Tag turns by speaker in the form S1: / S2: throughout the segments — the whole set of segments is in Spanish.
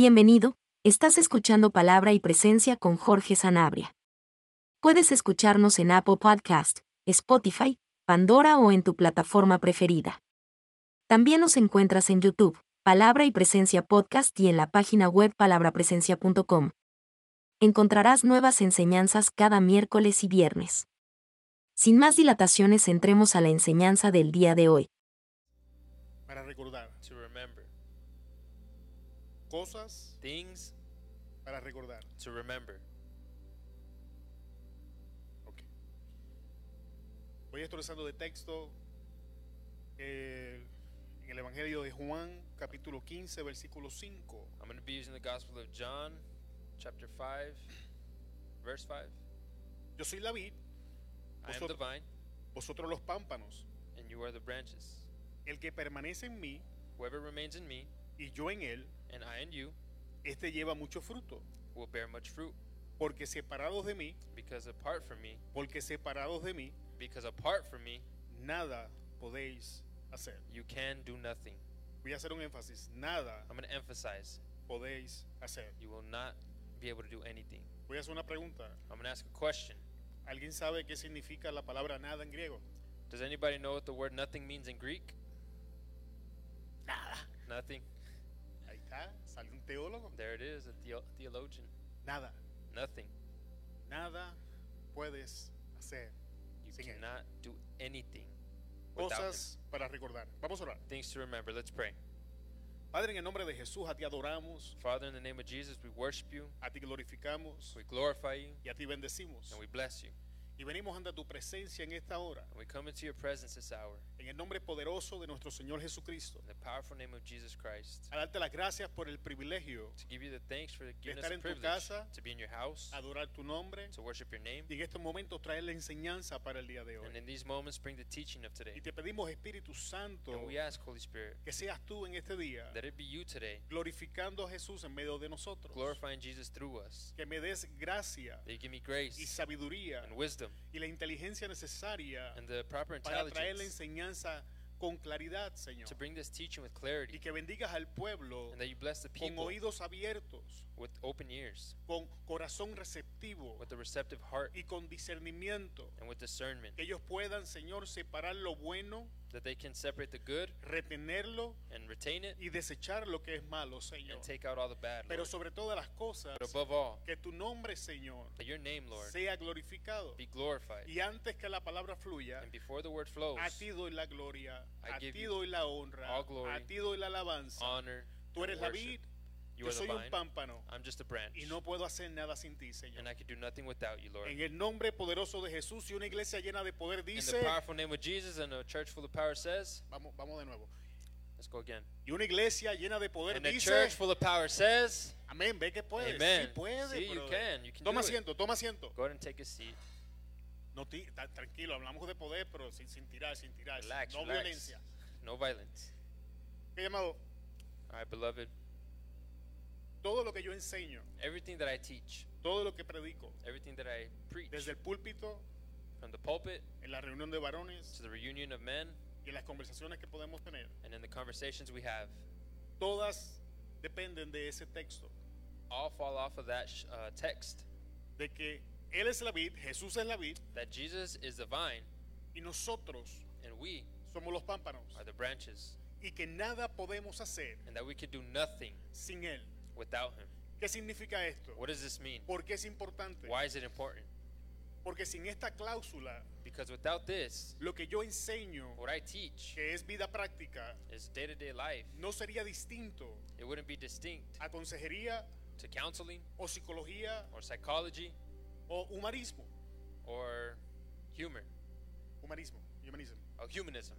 S1: Bienvenido, estás escuchando Palabra y Presencia con Jorge Sanabria. Puedes escucharnos en Apple Podcast, Spotify, Pandora o en tu plataforma preferida. También nos encuentras en YouTube, Palabra y Presencia Podcast y en la página web palabrapresencia.com. Encontrarás nuevas enseñanzas cada miércoles y viernes. Sin más dilataciones, entremos a la enseñanza del día de hoy.
S2: Para recordar,
S3: to remember,
S2: cosas
S3: things
S2: para recordar.
S3: to remember.
S2: Ok. Voy actualizando de texto eh, en el Evangelio de Juan, capítulo 15, versículo 5.
S3: I'm going to be using the Gospel of John, chapter 5, verse 5.
S2: Yo soy la vid,
S3: I am the
S2: Vosotros-
S3: vine,
S2: vosotros los pámpanos.
S3: and you are the branches.
S2: El que permanece en mí
S3: Whoever remains in me,
S2: y yo en él,
S3: and I in you,
S2: este lleva mucho fruto.
S3: will bear much fruit,
S2: Porque separados de mí,
S3: because apart from me,
S2: porque separados de mí,
S3: because apart from me,
S2: nada podéis hacer.
S3: you can do nothing.
S2: Voy a hacer un énfasis. Nada
S3: I'm going to emphasize,
S2: podéis hacer.
S3: you will not be able to do anything.
S2: Voy a hacer una pregunta.
S3: I'm going to ask a question.
S2: ¿Alguien sabe qué significa la palabra nada en griego?
S3: Does anybody know what the word nothing means in Greek?
S2: Nada.
S3: Nothing.
S2: Ahí está, sale un teólogo.
S3: There it is, a theo- theologian.
S2: Nada,
S3: Nothing.
S2: nada puedes hacer.
S3: You
S2: Sing it.
S3: cannot do anything without him.
S2: Cosas para recordar. Vamos a orar.
S3: Things to remember. Let's pray.
S2: Padre, en el nombre de Jesús, a ti adoramos,
S3: Father, in the name of Jesus, we worship you,
S2: a ti glorificamos
S3: we glorify you,
S2: y a ti bendecimos.
S3: and we bless you.
S2: Y venimos ante tu presencia en esta hora,
S3: And we come into your presence this hour
S2: en el nombre poderoso de nuestro Señor Jesucristo,
S3: in the powerful name of Jesus Christ
S2: a darte las gracias por el privilegio
S3: to give you the thanks for giving us
S2: estar
S3: the
S2: en tu
S3: privilege
S2: casa,
S3: to be in your house,
S2: adorar tu nombre
S3: to worship your name,
S2: y en estos momentos traer la enseñanza para el día de
S3: and
S2: hoy.
S3: in these moments bring the teaching of today.
S2: Y te pedimos, Espíritu Santo,
S3: And we ask, Holy Spirit,
S2: que seas tú en este día
S3: that it be you today
S2: glorificando a Jesús en medio de nosotros.
S3: glorifying Jesus through us,
S2: que me des gracia
S3: that you give me
S2: y
S3: grace
S2: sabiduría
S3: and wisdom
S2: y la inteligencia necesaria
S3: and the proper
S2: para traer la
S3: intelligence
S2: enseñanza con claridad, Señor.
S3: to bring this teaching with
S2: Y
S3: clarity,
S2: que bendigas al pueblo
S3: and that you bless the
S2: con
S3: people
S2: oídos abiertos,
S3: with open ears,
S2: con corazón receptivo
S3: with a receptive heart,
S2: y con discernimiento.
S3: and with discernment.
S2: Que ellos puedan, Señor, separar lo bueno,
S3: that they can separate the good
S2: retenerlo
S3: and retain it
S2: y desechar lo que es malo, Señor.
S3: and take out all the bad.
S2: Pero
S3: Lord.
S2: sobre todas las cosas,
S3: But above all,
S2: que tu nombre, Señor,
S3: that your name, Lord,
S2: sea glorificado.
S3: be glorified.
S2: Y antes que la palabra fluya,
S3: And before the word flows,
S2: A ti doy la gloria,
S3: I
S2: a
S3: give
S2: ti
S3: you
S2: doy la honra,
S3: all glory,
S2: a ti doy la alabanza.
S3: honor,
S2: Tú
S3: and
S2: eres la
S3: worship.
S2: vid,
S3: You
S2: yo
S3: are the
S2: soy un
S3: vine.
S2: pámpano
S3: I'm just a branch.
S2: y no puedo hacer nada sin ti,
S3: And
S2: Señor.
S3: I can do nothing without you, Lord.
S2: En el nombre poderoso de Jesús y una iglesia llena de poder
S3: In the
S2: dice,
S3: powerful name of Jesus and a church full of power says,
S2: vamos, vamos de nuevo.
S3: let's go again.
S2: Y una iglesia llena de poder
S3: And the
S2: dice,
S3: church full of power says,
S2: amén, ve que puedes,
S3: Amen.
S2: sí puedes,
S3: See, you
S2: brother.
S3: can, you can
S2: Toma
S3: do it.
S2: asiento, toma asiento.
S3: go ahead and take a seat.
S2: No, ti- ta- tranquilo, hablamos de poder, pero sin, sin tirar, sin tirar, sin-
S3: Relax,
S2: no
S3: relax.
S2: violencia.
S3: No violence.
S2: He llamado,
S3: All right, beloved,
S2: todo lo que yo enseño,
S3: everything that I teach,
S2: todo lo que predico,
S3: everything that I preach,
S2: desde el púlpito,
S3: from the pulpit
S2: en la reunión de varones,
S3: to the reunion of men
S2: y en las conversaciones que podemos tener,
S3: and in the conversations we have,
S2: todas dependen de ese texto,
S3: all fall off of that sh- uh, text
S2: de que Él es la vid, Jesús es la vid,
S3: that Jesus is the vine
S2: y nosotros
S3: and we
S2: somos los pámpanos,
S3: are the branches
S2: y que nada podemos hacer
S3: and that we can do nothing
S2: sin Él.
S3: without him.
S2: ¿Qué significa esto?
S3: What does this mean?
S2: ¿Por qué es importante?
S3: Why is it important?
S2: Porque sin esta cláusula,
S3: Because without this,
S2: lo que yo enseño,
S3: what I teach
S2: que es vida práctica,
S3: is day to day life.
S2: no sería distinto
S3: It wouldn't be distinct
S2: a consejería
S3: to counseling
S2: o psicología
S3: or psychology
S2: o humanismo.
S3: or humor
S2: Humanismo, humanismo.
S3: or humanism.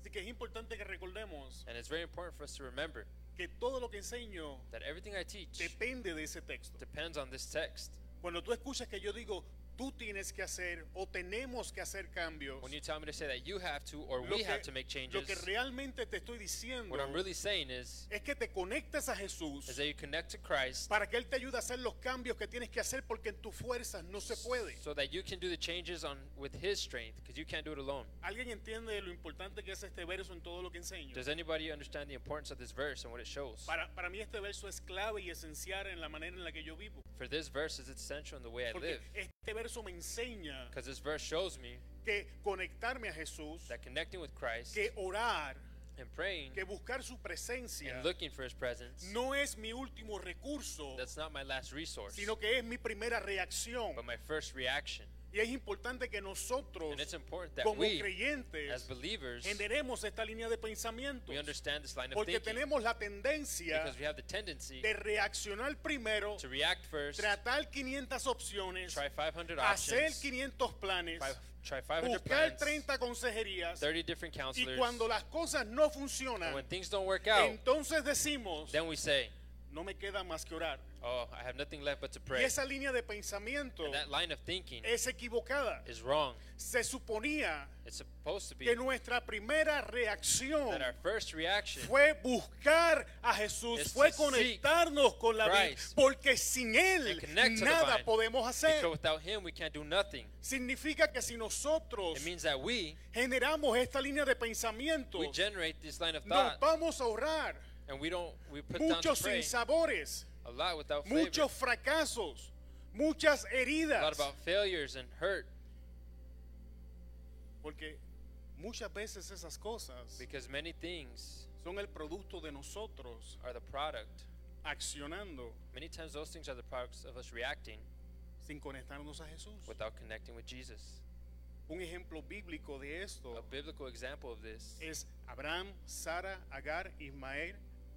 S2: Así que es importante que recordemos
S3: And it's very important for us to remember
S2: que todo lo que enseño
S3: that everything I teach
S2: depende de ese texto.
S3: depends on this text.
S2: Cuando tú escuchas que yo digo tú tienes que hacer o tenemos que hacer cambios,
S3: When you tell me to say that you have to or
S2: lo
S3: we
S2: que,
S3: have to make
S2: lo que
S3: changes,
S2: realmente te estoy diciendo
S3: what I'm really saying is,
S2: es que te conectes a
S3: is
S2: Jesús
S3: that you connect to Christ
S2: para que Él te ayude a hacer los cambios que tienes que hacer porque en tus fuerzas no se puede.
S3: so that you can do the changes on with His strength because you can't do it alone.
S2: ¿Alguien entiende lo importante que es este verso en todo lo que enseño?
S3: Does anybody understand the importance of this verse and what it shows?
S2: Para, para mí este verso es clave y esencial en la manera en la que yo vivo.
S3: For this verse is essential in the way I
S2: Porque
S3: live
S2: este verso me enseña
S3: because this verse shows me
S2: que conectarme a Jesús,
S3: that connecting with Christ
S2: que orar,
S3: and praying
S2: que buscar su presencia
S3: and looking for His presence,
S2: no es mi último recurso,
S3: that's not my last resource,
S2: sino que es mi primera reacción.
S3: but my first reaction.
S2: Y es importante que nosotros,
S3: And it's important that
S2: como
S3: we, as
S2: creyentes,
S3: believers,
S2: generemos esta línea de pensamiento.
S3: we understand this line of
S2: Porque
S3: thinking
S2: tenemos la tendencia
S3: because we have the tendency
S2: de reaccionar primero,
S3: to react first,
S2: tratar 500 opciones,
S3: try 500
S2: hacer
S3: options,
S2: 500 planes,
S3: five- try 500
S2: buscar
S3: plans,
S2: 30 consejerías.
S3: 30 different
S2: Y
S3: counselors.
S2: cuando las cosas no
S3: and when
S2: funcionan,
S3: things don't work out,
S2: entonces decimos,
S3: then we say,
S2: no me queda más que orar.
S3: oh, I have nothing left but to
S2: Y
S3: pray.
S2: esa línea de pensamiento
S3: And that line of thinking
S2: es equivocada.
S3: is wrong.
S2: Se suponía
S3: It's supposed to be
S2: que nuestra primera reacción
S3: that our first reaction
S2: fue buscar a Jesús,
S3: is
S2: fue
S3: to seek
S2: conectarnos con la vida,
S3: Christ
S2: porque sin Él
S3: and connect to the
S2: nada
S3: vine.
S2: podemos hacer.
S3: because without Him we can't do nothing.
S2: Significa que si nosotros
S3: It means that we
S2: generamos esta línea de pensamiento,
S3: we generate this line of
S2: nos
S3: thought
S2: vamos a ahorrar
S3: and we don't we put down to
S2: muchos
S3: pray
S2: sinsabores,
S3: a lot without flavor,
S2: muchos fracasos, muchas
S3: a lot
S2: heridas,
S3: about failures and hurt
S2: porque muchas veces esas cosas
S3: because many things
S2: son el producto de nosotros
S3: are the product.
S2: accionando
S3: Many times those things are the products of us reacting
S2: sin conectarnos a Jesús.
S3: without connecting with Jesus.
S2: Un ejemplo bíblico de
S3: A
S2: esto
S3: biblical example of this
S2: es Abraham, Sara, Agar, Ismael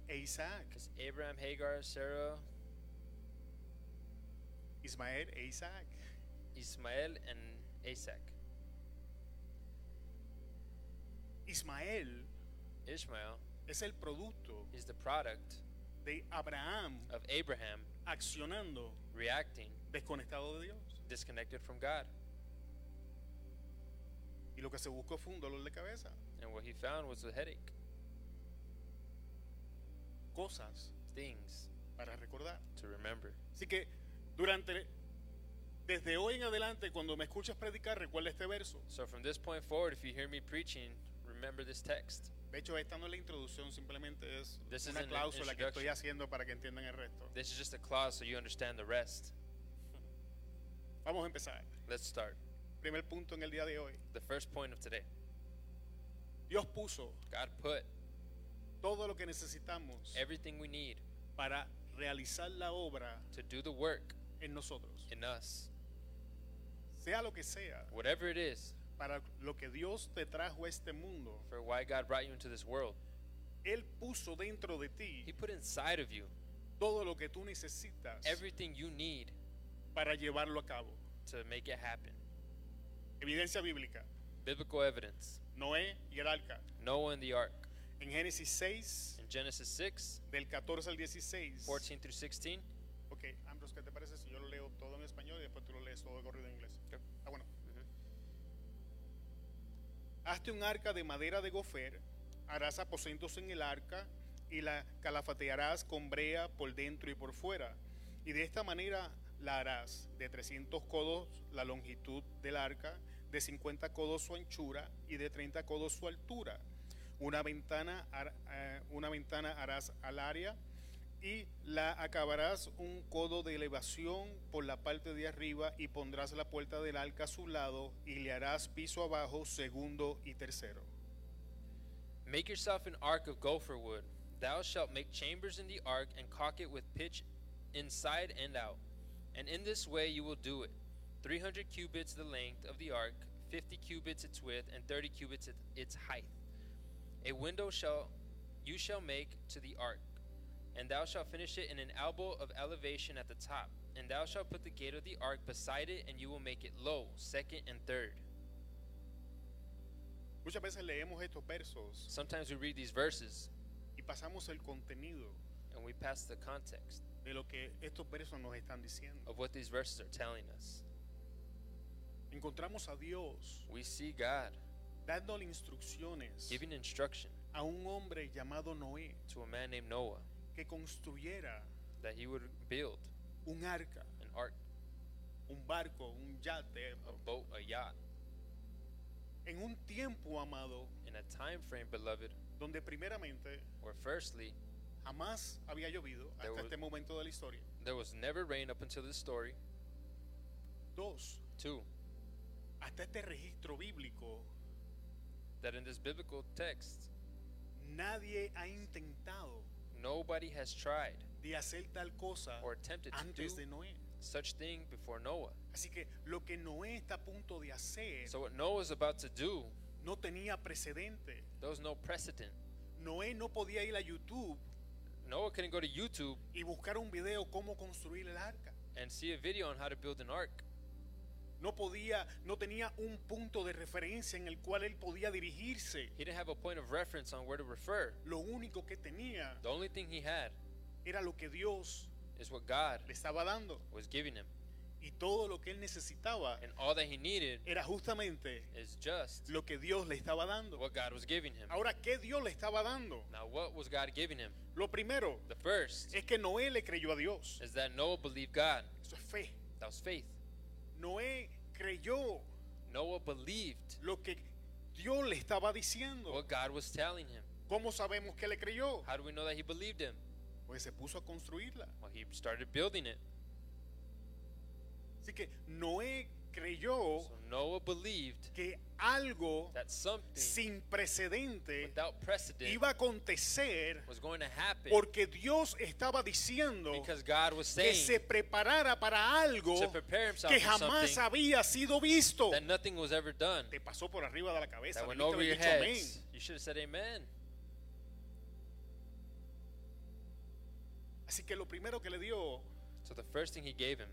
S2: e Isaac.
S3: is Abraham, Hagar, Sarah,
S2: Ismael e Isaac.
S3: Ismael, and Isaac.
S2: Ismael
S3: Ishmael
S2: es el producto
S3: is the product
S2: de Abraham
S3: of Abraham
S2: accionando
S3: reacting
S2: desconectado de Dios.
S3: disconnected from God.
S2: Y lo que se buscó fue un dolor de cabeza.
S3: And what he found was a headache,
S2: Cosas
S3: things
S2: para recordar.
S3: to remember.
S2: Así que durante, desde hoy en adelante, cuando me escuchas predicar, recuerda este verso.
S3: So from this point forward, if you hear me preaching, remember this text.
S2: De hecho, esta no es la introducción, simplemente es
S3: This
S2: una
S3: isn't an
S2: cláusula que estoy
S3: introduction.
S2: haciendo para que entiendan el resto.
S3: This is just a clause so you understand the rest.
S2: Vamos a empezar.
S3: Let's start.
S2: Primer punto en el día de hoy.
S3: The first point of today
S2: Dios puso
S3: God put
S2: todo lo que necesitamos
S3: everything we need
S2: para realizar la obra
S3: to do the work
S2: en nosotros.
S3: in us,
S2: Sea lo que sea,
S3: whatever it is,
S2: para lo que Dios te trajo a este mundo,
S3: for why God brought you into this world.
S2: Él puso dentro de
S3: He
S2: ti
S3: put inside of you
S2: todo lo que tú necesitas
S3: everything you need
S2: para llevarlo a cabo.
S3: to make it happen.
S2: Evidencia bíblica.
S3: Biblical evidence.
S2: Noé y el arca.
S3: Noah and the ark.
S2: En Génesis 6,
S3: In Genesis 6,
S2: del 14 al 16.
S3: 14 through 16.
S2: Ok, Ambrose, ¿qué te parece si yo lo leo todo en español y después tú lo lees todo de corrido en inglés?
S3: Ok.
S2: Ah, bueno.
S3: Ujú.
S2: Hazte un arca de madera de gofer, harás aposentos en el arca y la calafatearás con brea por dentro y por fuera. Y de esta manera la harás de 300 codos la longitud del arca, de 50 codos su anchura y de 30 codos su altura. Una ventana, har- eh, una ventana harás al área y la acabarás un codo de elevación por la parte de arriba y pondrás la puerta del arca a su lado y le harás piso abajo, segundo y tercero.
S3: Make yourself an ark of gopher wood. Thou shalt make chambers in the ark and caulk it with pitch inside and out. And in this way you will do it. 300 cubits the length of the ark, 50 cubits its width, and 30 cubits it- its height. A window shall you shall make to the ark, and thou shalt finish it in an elbow of elevation at the top. And thou shalt put the gate of the ark beside it, and you will make it low, second and third.
S2: Muchas veces leemos estos versos
S3: Sometimes we read these verses
S2: y pasamos el contenido
S3: and we pass the context.
S2: de lo que estos versos nos están diciendo.
S3: of what these verses are telling us.
S2: Encontramos a Dios
S3: We see God
S2: dándole instrucciones
S3: giving instruction
S2: a un hombre llamado Noé
S3: to a man named Noah
S2: que construyera
S3: that he would build
S2: un arca,
S3: an ark,
S2: un barco, un yate,
S3: a boat, a yacht,
S2: en un tiempo, amado,
S3: in a time frame, beloved,
S2: donde primeramente
S3: where firstly,
S2: jamás había llovido
S3: There
S2: hasta
S3: was-
S2: este momento de la historia.
S3: there was never rain up until this story.
S2: Dos,
S3: Two,
S2: hasta este registro bíblico,
S3: that in this biblical text,
S2: nadie ha intentado
S3: nobody has tried
S2: de hacer tal cosa
S3: or attempted to do
S2: antes de Noé.
S3: such thing before Noah.
S2: Así que lo que Noé está a punto de hacer
S3: So what Noah is about to do,
S2: no tenía precedente.
S3: there was no precedent.
S2: Noé no podía ir a YouTube
S3: Noah couldn't go to YouTube
S2: y buscar un video cómo construir el arca.
S3: and see a video on how to build an ark.
S2: No podía, no tenía un punto de referencia en el cual él podía dirigirse.
S3: He didn't have a point of reference on where to refer.
S2: Lo único que tenía
S3: The only thing he had
S2: era lo que Dios
S3: is what God
S2: le estaba dando
S3: was giving him.
S2: y todo lo que él necesitaba
S3: And all that he needed
S2: era justamente
S3: is just
S2: lo que Dios le estaba dando.
S3: what God was giving him.
S2: Ahora, ¿qué Dios le estaba dando?
S3: Now, what was God giving him?
S2: Lo primero
S3: The first
S2: es que Noé le creyó a Dios.
S3: is that Noah believed God.
S2: Eso es fe.
S3: That was faith.
S2: Noé creyó
S3: Noah believed
S2: lo que Dios le estaba diciendo.
S3: what God was telling him.
S2: ¿Cómo sabemos que le creyó?
S3: How do we know that he believed him?
S2: Pues se puso a construirla.
S3: Well, he started building it.
S2: Así que Noé creyó
S3: So Noah believed
S2: que algo
S3: that something
S2: sin precedente
S3: without precedent
S2: iba a acontecer
S3: was going to happen
S2: porque Dios estaba diciendo
S3: because God was
S2: que
S3: saying
S2: se preparara para algo
S3: to prepare himself
S2: que
S3: for
S2: jamás
S3: something
S2: había sido visto.
S3: that nothing was ever done.
S2: Te pasó por arriba de la cabeza.
S3: That went
S2: debiste
S3: over
S2: haber
S3: your
S2: dicho amén.
S3: heads. You should have said amen.
S2: Así que lo primero que le dio
S3: So the first thing he gave him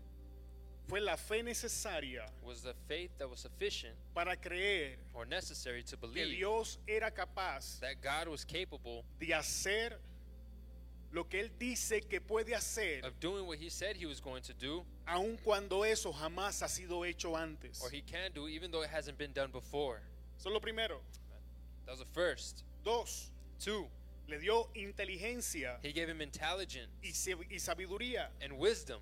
S2: fue la fe necesaria
S3: was the faith that was sufficient
S2: para creer
S3: or necessary to
S2: que
S3: believe
S2: Dios era capaz
S3: that God was capable
S2: de hacer lo que Él dice que puede hacer,
S3: of doing what he said he was going to do
S2: aun cuando eso jamás ha sido hecho antes.
S3: or he can do even though it hasn't been done before.
S2: Eso es lo primero.
S3: That was the first.
S2: Dos,
S3: Two,
S2: le dio inteligencia
S3: he gave him intelligence
S2: y sab- y sabiduría.
S3: and wisdom.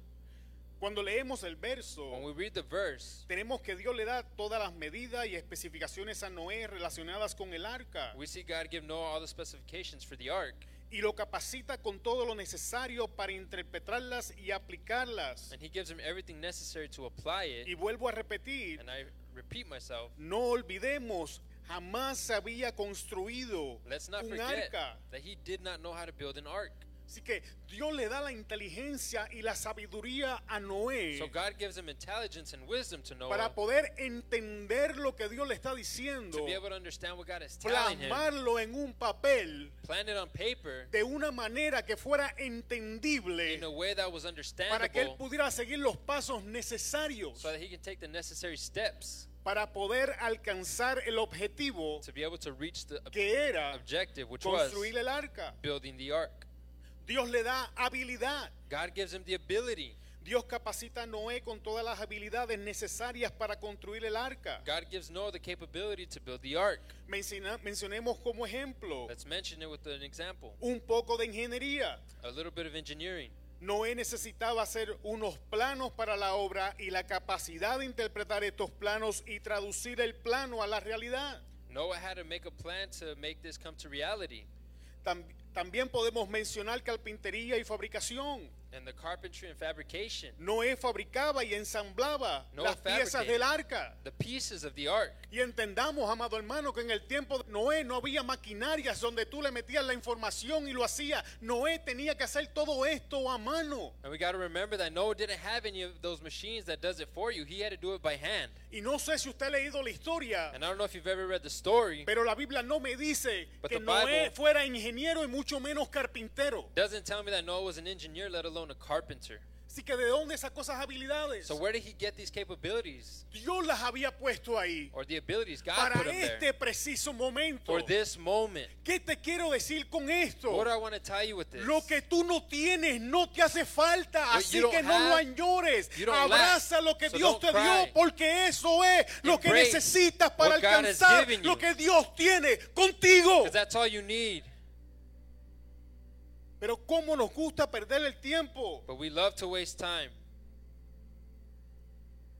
S2: Cuando leemos el
S3: When
S2: verso,
S3: we read the verse,
S2: tenemos que Dios le da todas las medidas y especificaciones a Noé relacionadas con el arca
S3: we see God give Noah all the specifications for the ark,
S2: y lo capacita con todo lo necesario para interpretarlas y aplicarlas.
S3: and he gives him everything necessary to apply
S2: Y
S3: it.
S2: vuelvo a repetir,
S3: And I repeat myself,
S2: No olvidemos, jamás se había construido
S3: let's not
S2: un
S3: forget
S2: arca.
S3: that he did not know how to build an ark.
S2: Así que Dios le da la inteligencia y la sabiduría a Noé
S3: So God gives him intelligence and wisdom to Noah
S2: para poder entender lo que Dios le está diciendo,
S3: to be able to understand what God is telling him,
S2: plasmarlo en un papel
S3: plan it on paper
S2: de una manera que fuera entendible
S3: in a way that was
S2: para que él
S3: understandable
S2: pudiera seguir los pasos necesarios
S3: so that he can take the necessary steps
S2: para poder alcanzar el objetivo
S3: to be able to reach the ob-
S2: que era
S3: objective, which was
S2: construir el arca.
S3: building the ark.
S2: Dios le da habilidad.
S3: God gives him the ability.
S2: Dios capacita a Noé con todas las habilidades necesarias para construir el arca.
S3: God gives Noah the capability to build the ark.
S2: Menciona- mencionemos como ejemplo
S3: Let's mention it with an example.
S2: un poco de ingeniería.
S3: A little bit of engineering.
S2: Noé necesitaba hacer unos planos para la obra y la capacidad de interpretar estos planos y traducir el plano a la realidad.
S3: Noah had to make a plan to make this come to reality.
S2: Tam- también podemos mencionar carpintería y fabricación.
S3: And the carpentry and fabrication,
S2: Noé fabricaba y ensamblaba
S3: Noé
S2: las piezas
S3: fabricated.
S2: del arca.
S3: the pieces of the ark.
S2: Y entendamos, amado hermano, que en el tiempo de Noé no había maquinarias donde tú le metías la información y lo hacías. Noé tenía que hacer todo esto a mano.
S3: And we got to remember that Noah didn't have any of those machines that does it for you. He had to do it by hand.
S2: Y no sé si usted ha leído la historia,
S3: And I don't know if you've ever read the story.
S2: pero la Biblia no me dice
S3: But
S2: que
S3: the
S2: Noé
S3: Bible-
S2: fuera ingeniero y mucho menos carpintero.
S3: Doesn't tell me that Noah was an engineer, let alone a carpenter.
S2: Así que ¿de dónde sacó esas habilidades?
S3: So where did he get these capabilities
S2: Dios las había puesto ahí
S3: or the abilities? God
S2: para
S3: put him
S2: este
S3: there
S2: preciso momento.
S3: for this moment.
S2: ¿Qué te quiero decir con esto?
S3: What do I want to tell you with this?
S2: Lo que tú no tienes no te hace falta,
S3: What
S2: así
S3: you don't
S2: que no lo
S3: have,
S2: añores.
S3: you don't lack.
S2: Abraza lo que
S3: So
S2: Dios
S3: don't
S2: te dio
S3: cry.
S2: porque eso es lo que
S3: Embrace
S2: necesitas para
S3: what God has
S2: alcanzar
S3: given
S2: lo
S3: you.
S2: que Dios tiene contigo.
S3: 'Cause that's all you need.
S2: Pero cómo nos gusta perder el tiempo.
S3: But we love to waste time.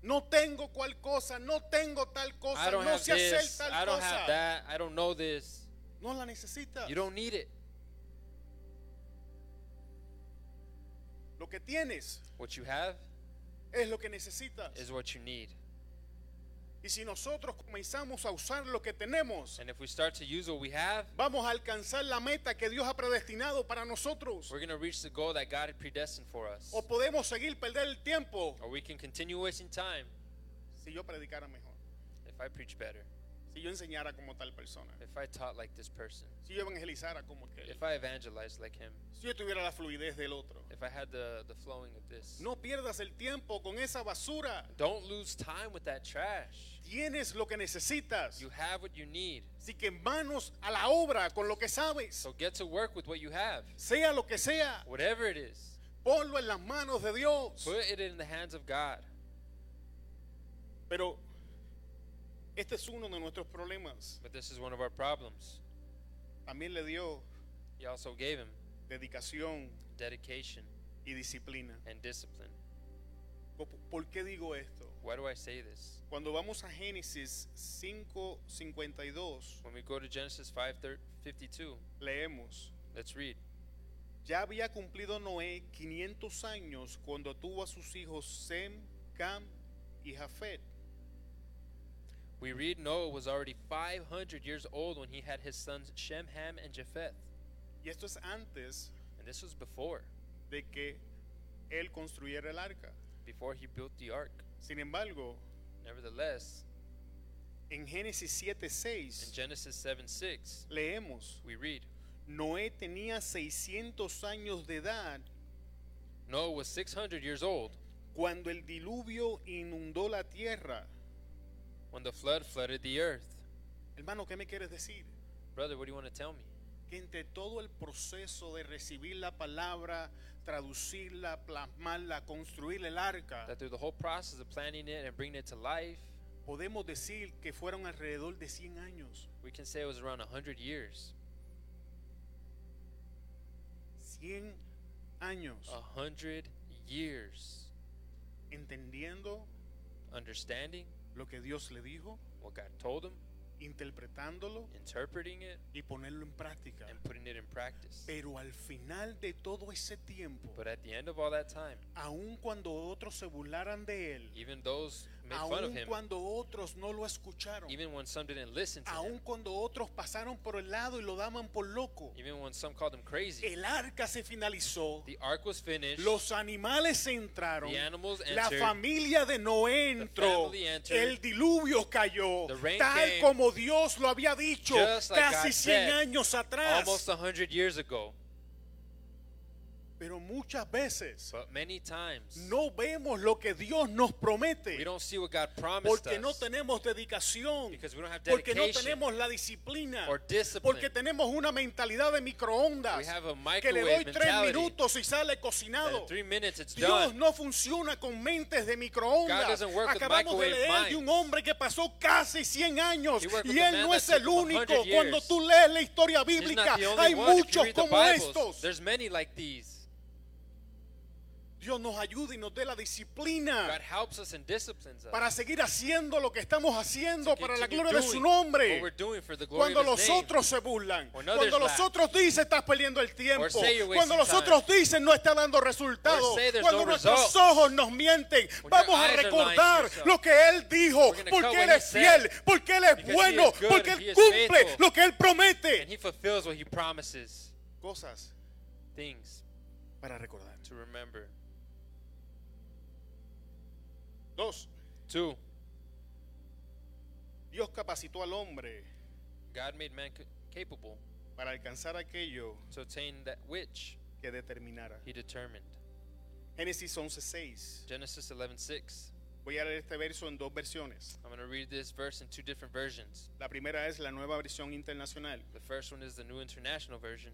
S2: No tengo cual cosa, no tengo tal cosa,
S3: I don't
S2: no
S3: have
S2: sé hacer
S3: this.
S2: tal
S3: I don't
S2: cosa.
S3: have that. I don't know this.
S2: No la necesitas.
S3: You don't need it.
S2: Lo que tienes
S3: What you have
S2: es lo que necesitas.
S3: is what you need.
S2: Y si nosotros comenzamos a usar lo que tenemos,
S3: And if we start to use what we have,
S2: vamos a alcanzar la meta que Dios ha predestinado para nosotros.
S3: we're going to reach the goal that God had predestined for us.
S2: O podemos seguir perder el tiempo
S3: Or we can continue wasting time
S2: si yo predicara mejor,
S3: if I preach better,
S2: si yo enseñara como tal persona,
S3: if I taught like this person,
S2: si yo evangelizara como aquel,
S3: if I evangelized like him,
S2: si yo tuviera la fluidez del otro.
S3: if I had the, the flowing of this.
S2: No pierdas el tiempo con esa basura.
S3: Don't lose time with that trash.
S2: Tienes lo que necesitas.
S3: You have what you need.
S2: Así que manos a la obra con lo que sabes.
S3: So get to work with what you have.
S2: Sea lo que sea,
S3: Whatever it is,
S2: ponlo en las manos de Dios.
S3: put it in the hands of God.
S2: Pero este es uno de nuestros problemas.
S3: But this is one of our problems.
S2: También le dio
S3: He also gave him
S2: dedicación
S3: dedication
S2: y disciplina.
S3: and discipline.
S2: ¿Por qué digo esto?
S3: Why do I say this?
S2: Cuando vamos a Génesis 5:52,
S3: When we go to Genesis 5 52,
S2: leemos,
S3: let's read.
S2: ya había cumplido Noé 500 años cuando tuvo a sus hijos Sem, Cam y Jafet.
S3: We read Noah was already 500 years old when he had his sons Shem, Ham, and Japheth.
S2: Y esto es antes
S3: And this was before,
S2: de que él construyera el arca.
S3: before he built the ark.
S2: Sin embargo,
S3: Nevertheless,
S2: en Génesis
S3: in
S2: 7:6
S3: Genesis 7 6,
S2: leemos,
S3: we read
S2: Noé tenía 600 años de edad
S3: Noah was 600 years old
S2: cuando el diluvio inundó la tierra.
S3: when the flood flooded the earth.
S2: Hermano, ¿qué me quieres decir?
S3: Brother, what do you want to tell me?
S2: Que entre todo el proceso de recibir la palabra, traducirla, plasmarla, construir el arca,
S3: That through the whole process of planning it and bringing it to life,
S2: podemos decir que fueron alrededor de 100 años.
S3: we can say it was around 100 years.
S2: 100 años.
S3: Ah. 100 years.
S2: Entendiendo
S3: Understanding
S2: lo que Dios le dijo,
S3: what God told him,
S2: interpretándolo
S3: interpreting it,
S2: y ponerlo en práctica.
S3: and putting it in practice.
S2: Pero al final de todo ese tiempo,
S3: But at the end of all that time,
S2: aun cuando otros se burlaran de él,
S3: even those made fun of
S2: aun
S3: him,
S2: cuando otros no lo escucharon,
S3: even when some didn't listen to
S2: aun
S3: him,
S2: cuando otros pasaron por el lado y lo daban por loco,
S3: even when some called him crazy,
S2: el arca se finalizó,
S3: the ark was finished.
S2: Eh, los animales entraron,
S3: The animals
S2: la
S3: entered.
S2: familia de Noé entró,
S3: family entered.
S2: el diluvio cayó,
S3: The rain
S2: tal
S3: came.
S2: como Dios lo había dicho
S3: Just like
S2: casi 100
S3: God said,
S2: años atrás.
S3: Almost 100 years ago.
S2: Pero muchas veces
S3: But many times,
S2: no vemos lo que Dios nos promete.
S3: we don't see what God promised
S2: Porque no
S3: us.
S2: tenemos dedicación.
S3: Because we don't have
S2: Porque no
S3: dedication
S2: tenemos la disciplina.
S3: or discipline.
S2: Porque tenemos una mentalidad de microondas.
S3: We have a
S2: Que le doy
S3: microwave
S2: tres
S3: mentality.
S2: minutos y sale
S3: That
S2: cocinado.
S3: in three minutes, it's
S2: Dios
S3: done.
S2: no funciona con mentes de
S3: God
S2: microondas.
S3: doesn't work with
S2: Acabamos de
S3: microwave
S2: leer de un
S3: minds.
S2: hombre que pasó casi 100 años
S3: He worked
S2: y
S3: with a
S2: él
S3: man
S2: no
S3: that
S2: es el
S3: took 100
S2: único. Cuando
S3: years.
S2: tú lees la historia
S3: He's not
S2: bíblica,
S3: the only
S2: hay
S3: one. If you
S2: muchos
S3: read the
S2: como
S3: Bibles,
S2: estos.
S3: There's many like these.
S2: Dios nos ayude y nos dé la disciplina
S3: God helps us and disciplines us.
S2: para seguir haciendo lo que estamos haciendo
S3: to
S2: para la
S3: continue
S2: gloria de
S3: doing
S2: su
S3: What
S2: nombre.
S3: we're doing for the glory
S2: Cuando
S3: of
S2: los
S3: His name.
S2: otros se burlan,
S3: When others
S2: cuando los
S3: laugh.
S2: otros dicen estás perdiendo el tiempo,
S3: Or say you're wasting
S2: cuando los
S3: time.
S2: otros dicen no está dando resultados,
S3: Or say there's
S2: cuando
S3: no
S2: nuestros
S3: results.
S2: ojos nos mienten,
S3: your
S2: vamos a
S3: eyes are lying to
S2: recordar
S3: yourself.
S2: lo que Él dijo,
S3: We're gonna
S2: porque
S3: cover
S2: Él
S3: what
S2: es
S3: he said.
S2: fiel, porque Él es
S3: Because he
S2: bueno,
S3: is good,
S2: porque
S3: he
S2: Él
S3: is
S2: cumple
S3: faithful.
S2: lo que Él
S3: And
S2: promete.
S3: He fulfills what He promises.
S2: Cosas
S3: Things
S2: para recordar.
S3: to remember.
S2: Dos,
S3: Two.
S2: Dios capacitó al hombre
S3: God made man ca- capable
S2: para alcanzar aquello
S3: to attain that which
S2: que determinara.
S3: He determined.
S2: Génesis 11:6.
S3: Genesis 11:6.
S2: Voy a leer este verso en dos versiones.
S3: I'm going to read this verse in two different versions.
S2: La primera es la nueva versión internacional.
S3: The first one is the New International Version.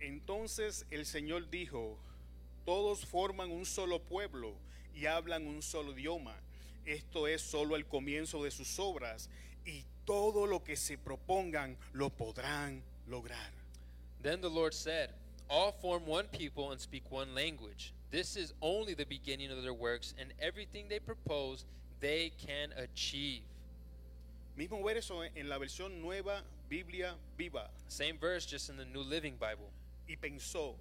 S2: Entonces el Señor dijo, todos forman un solo pueblo y hablan un solo idioma. Esto es solo el comienzo de sus obras y todo lo que se propongan lo podrán lograr.
S3: Then the Lord said, All form one people and speak one language. This is only the beginning of their works, and everything they propose they can achieve.
S2: Mismo verso en la versión nueva Biblia viva.
S3: Same verse, just in the New Living Bible.
S2: Y pensó,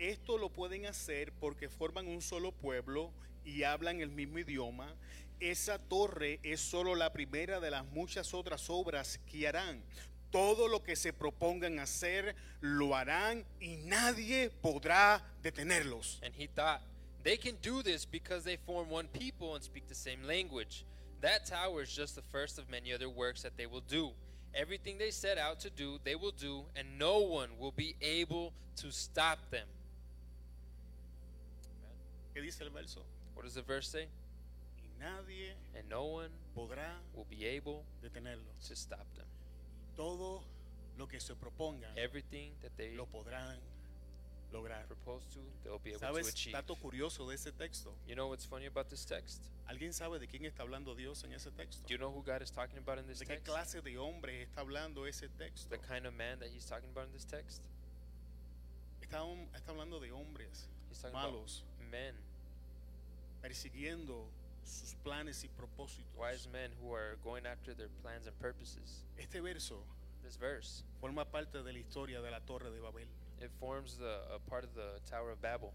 S2: esto lo pueden hacer porque forman un solo pueblo y hablan el mismo idioma. Esa torre es solo la primera de las muchas otras obras que harán. Todo lo que se propongan hacer lo harán y nadie podrá detenerlos.
S3: And he thought, They can do this because they form one people and speak the same language. That tower is just the first of many other works that they will do. Everything they set out to do, they will do, and no one will be able to stop them.
S2: ¿Qué dice el verso?
S3: What does the verse say?
S2: Y nadie
S3: And no one
S2: podrá
S3: will be able
S2: detenerlos.
S3: to stop them.
S2: Todo lo que se propongan
S3: Everything that they
S2: lo podrán lograr.
S3: propose to, they'll be able to
S2: ¿Sabes?
S3: achieve.
S2: Dato curioso de ese texto.
S3: You know what's funny about this text?
S2: ¿Alguien sabe de quién está hablando Dios en ese texto?
S3: Do you know who God is talking about in this
S2: ¿De qué
S3: text?
S2: clase de hombre está hablando ese texto?
S3: The kind of man that he's talking about in this text?
S2: Está, un- está hablando de hombres
S3: He's talking
S2: malos
S3: about men,
S2: persiguiendo sus planes y
S3: wise
S2: propósitos.
S3: men who are going after their plans and purposes.
S2: Este verso
S3: This verse,
S2: forma parte de la historia de la Torre de Babel
S3: it forms the a part of the Tower of Babel,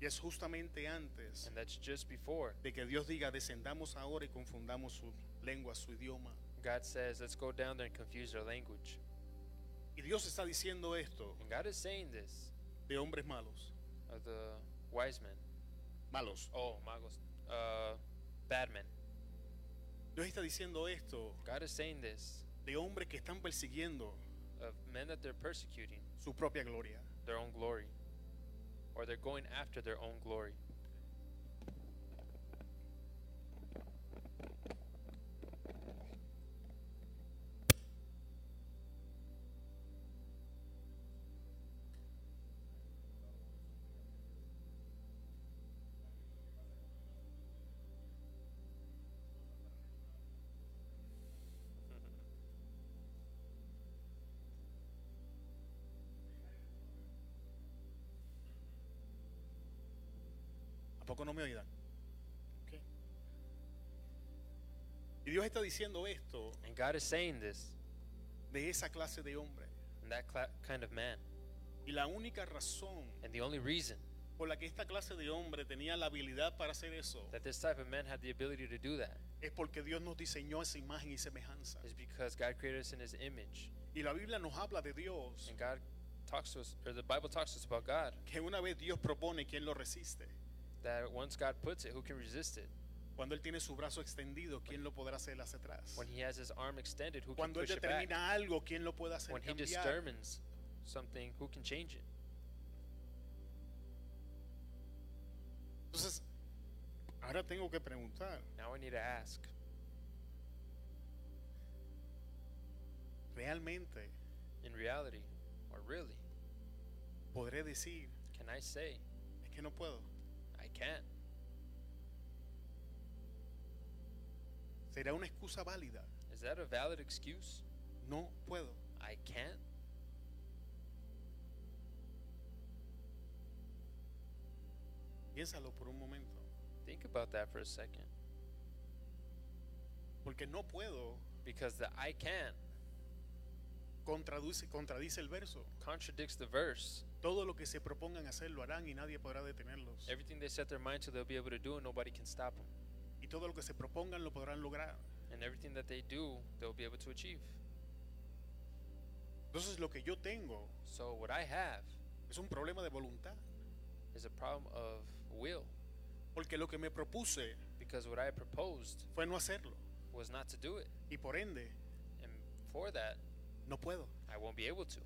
S2: y es justamente antes
S3: and that's just before
S2: de que Dios diga descendamos ahora y confundamos su lengua, su idioma.
S3: God says, "Let's go down there and confuse their language."
S2: Y Dios está diciendo esto
S3: And God is saying this
S2: de hombres malos,
S3: of the wise men.
S2: malos.
S3: Oh, magos, uh, bad men.
S2: Dios está diciendo esto
S3: God is saying this
S2: de hombres que están persiguiendo
S3: of men that they're persecuting
S2: su propia gloria.
S3: their own glory, or they're going after their own glory.
S2: ¿A poco no me oirán? Y Dios está diciendo esto
S3: And God is saying this
S2: de esa clase de hombre.
S3: and that cla- kind of man.
S2: Y la única razón
S3: And the only reason
S2: por la que esta clase de hombre tenía la habilidad para hacer eso
S3: that this type of man had the ability to do that
S2: es porque Dios nos diseñó esa imagen y semejanza.
S3: is because God created us in His image.
S2: Y la Biblia nos habla de Dios,
S3: And God talks to us, or the Bible talks to us about God,
S2: que una vez Dios propone, ¿quién lo resiste?
S3: that once God puts it, who can resist it?
S2: Cuando Él tiene su brazo extendido, ¿quién lo podrá hacer hacia atrás?
S3: When He has His arm extended, who can
S2: Cuando Él
S3: push it back?
S2: determina algo, ¿quién lo puede hacer
S3: When He
S2: cambiar?
S3: determines something, who can change it?
S2: Entonces, ahora tengo que preguntar,
S3: Now I need to ask
S2: ¿realmente
S3: in reality, or really,
S2: podré decir,
S3: can I say,
S2: es que no puedo?
S3: I can't?
S2: ¿Será una excusa válida?
S3: Is that a valid excuse?
S2: No puedo.
S3: I can't?
S2: Piénsalo por un momento.
S3: Think about that for a second.
S2: Porque no puedo
S3: Because the I can't
S2: contradice, contradice el verso.
S3: contradicts the verse.
S2: Todo lo que se propongan hacer lo harán y nadie podrá detenerlos.
S3: Everything they set their mind to, they'll be able to do, and nobody can stop them.
S2: Y todo lo que se propongan lo podrán lograr.
S3: And everything that they do, they'll be able to achieve.
S2: Entonces lo que yo tengo
S3: So, what I have
S2: es un problema de voluntad.
S3: is a problem of will.
S2: Porque lo que me propuse
S3: Because what I proposed
S2: fue no hacerlo.
S3: was not to do it.
S2: Y por ende,
S3: And for that,
S2: no puedo.
S3: I won't be able to.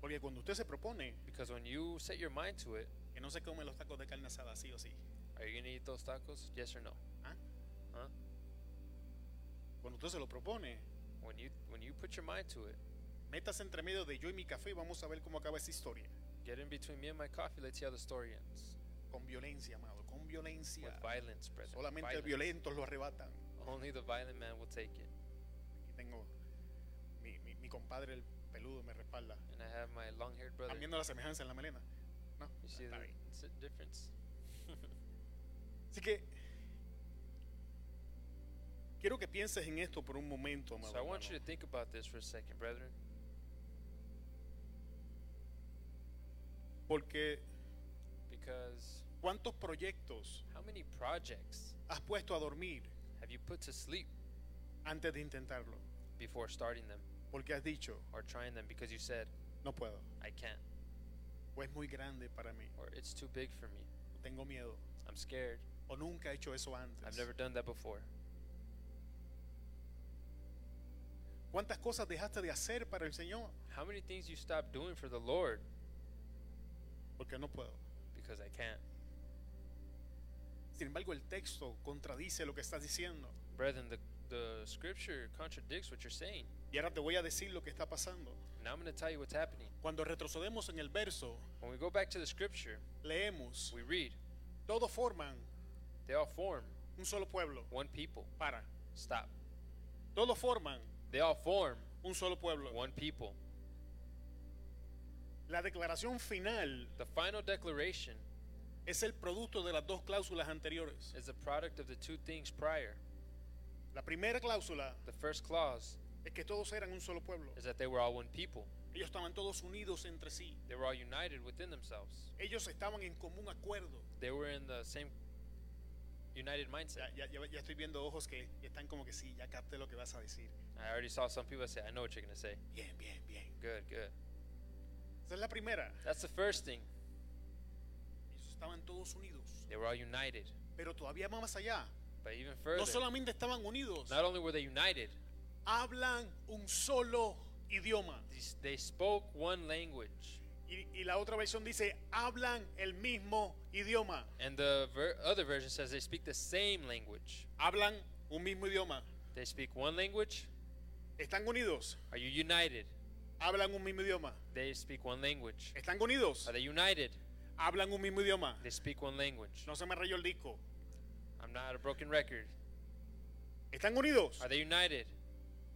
S2: Porque cuando usted se propone,
S3: Because when you set your mind to it,
S2: Que no se come los tacos de carne asada, sí o sí.
S3: Are you going to eat those tacos? Yes or no?
S2: ¿Ah?
S3: Huh?
S2: Cuando usted se lo propone,
S3: When you when you put your mind to it,
S2: métase entre medio de yo y mi café y vamos a ver cómo acaba esa historia.
S3: get in between me and my coffee. Let's see how the story ends.
S2: Con violencia, amado, con
S3: With
S2: violencia.
S3: violence, brother.
S2: Solamente el
S3: Violence.
S2: violentos lo arrebatan.
S3: Only the violent man will take it.
S2: Aquí tengo mi, mi- mi compadre el peludo me respalda.
S3: And I have my long-haired brother.
S2: ¿Están viendo la semejanza en la melena? No,
S3: You see
S2: está
S3: the
S2: bien.
S3: s- difference?
S2: Así que quiero que pienses en esto por un momento, amado.
S3: So I want you
S2: hermano.
S3: to think about this for a second, brethren.
S2: Porque
S3: Because
S2: ¿cuántos proyectos
S3: how many projects
S2: has puesto a dormir
S3: have you put to sleep
S2: antes de intentarlo?
S3: before starting them
S2: Porque has dicho,
S3: or trying them because you said,
S2: no puedo,
S3: I can't,
S2: o es muy grande para mí,
S3: or it's too big for me,
S2: o tengo miedo,
S3: I'm scared,
S2: o nunca he hecho eso antes.
S3: I've never done that before.
S2: ¿Cuántas cosas dejaste de hacer para el Señor?
S3: How many things you stopped doing for the Lord
S2: Porque no puedo.
S3: because I can't?
S2: Sin embargo, el texto contradice lo que estás diciendo.
S3: Brethren, the, the scripture contradicts what you're saying.
S2: Y ahora te voy a decir lo que está pasando.
S3: Now I'm going to tell you what's happening.
S2: Cuando retrocedemos en el verso,
S3: When we go back to the scripture,
S2: leemos,
S3: we read,
S2: todos forman
S3: they all form
S2: un solo pueblo.
S3: one people.
S2: Para.
S3: Stop.
S2: Todos forman
S3: They all form
S2: un solo pueblo.
S3: one people.
S2: La declaración final
S3: The final declaration
S2: es el producto de las dos cláusulas anteriores.
S3: is the product of the two things prior.
S2: La primera cláusula
S3: The first clause
S2: es que todos eran un solo pueblo.
S3: is that they were all one people.
S2: Ellos estaban todos unidos entre sí.
S3: They were all united within themselves.
S2: Ellos estaban en común acuerdo.
S3: They were in the same united
S2: Ya,
S3: mindset.
S2: ya- ya- ya estoy viendo ojos que están como que sí, ya capté lo que vas a decir.
S3: I already saw some people say, I know what you're going to say.
S2: Bien, bien, bien.
S3: Good, good.
S2: Esa es la primera.
S3: That's the first thing.
S2: Ellos estaban todos unidos.
S3: They were all united.
S2: Pero todavía va más allá.
S3: But even
S2: No
S3: further,
S2: solamente estaban unidos,
S3: not only were they united,
S2: hablan un solo idioma.
S3: these- they spoke one language.
S2: Y, y la otra versión dice, hablan el mismo idioma.
S3: And the ver- other version says they speak the same language.
S2: Hablan un mismo idioma.
S3: They speak one language.
S2: Están unidos.
S3: Are you united?
S2: Hablan un mismo idioma.
S3: They speak one language.
S2: Están unidos.
S3: Are they united?
S2: Hablan un mismo idioma.
S3: They speak one language.
S2: No se me rayó el disco.
S3: I'm not a broken record.
S2: Están unidos.
S3: Are they united?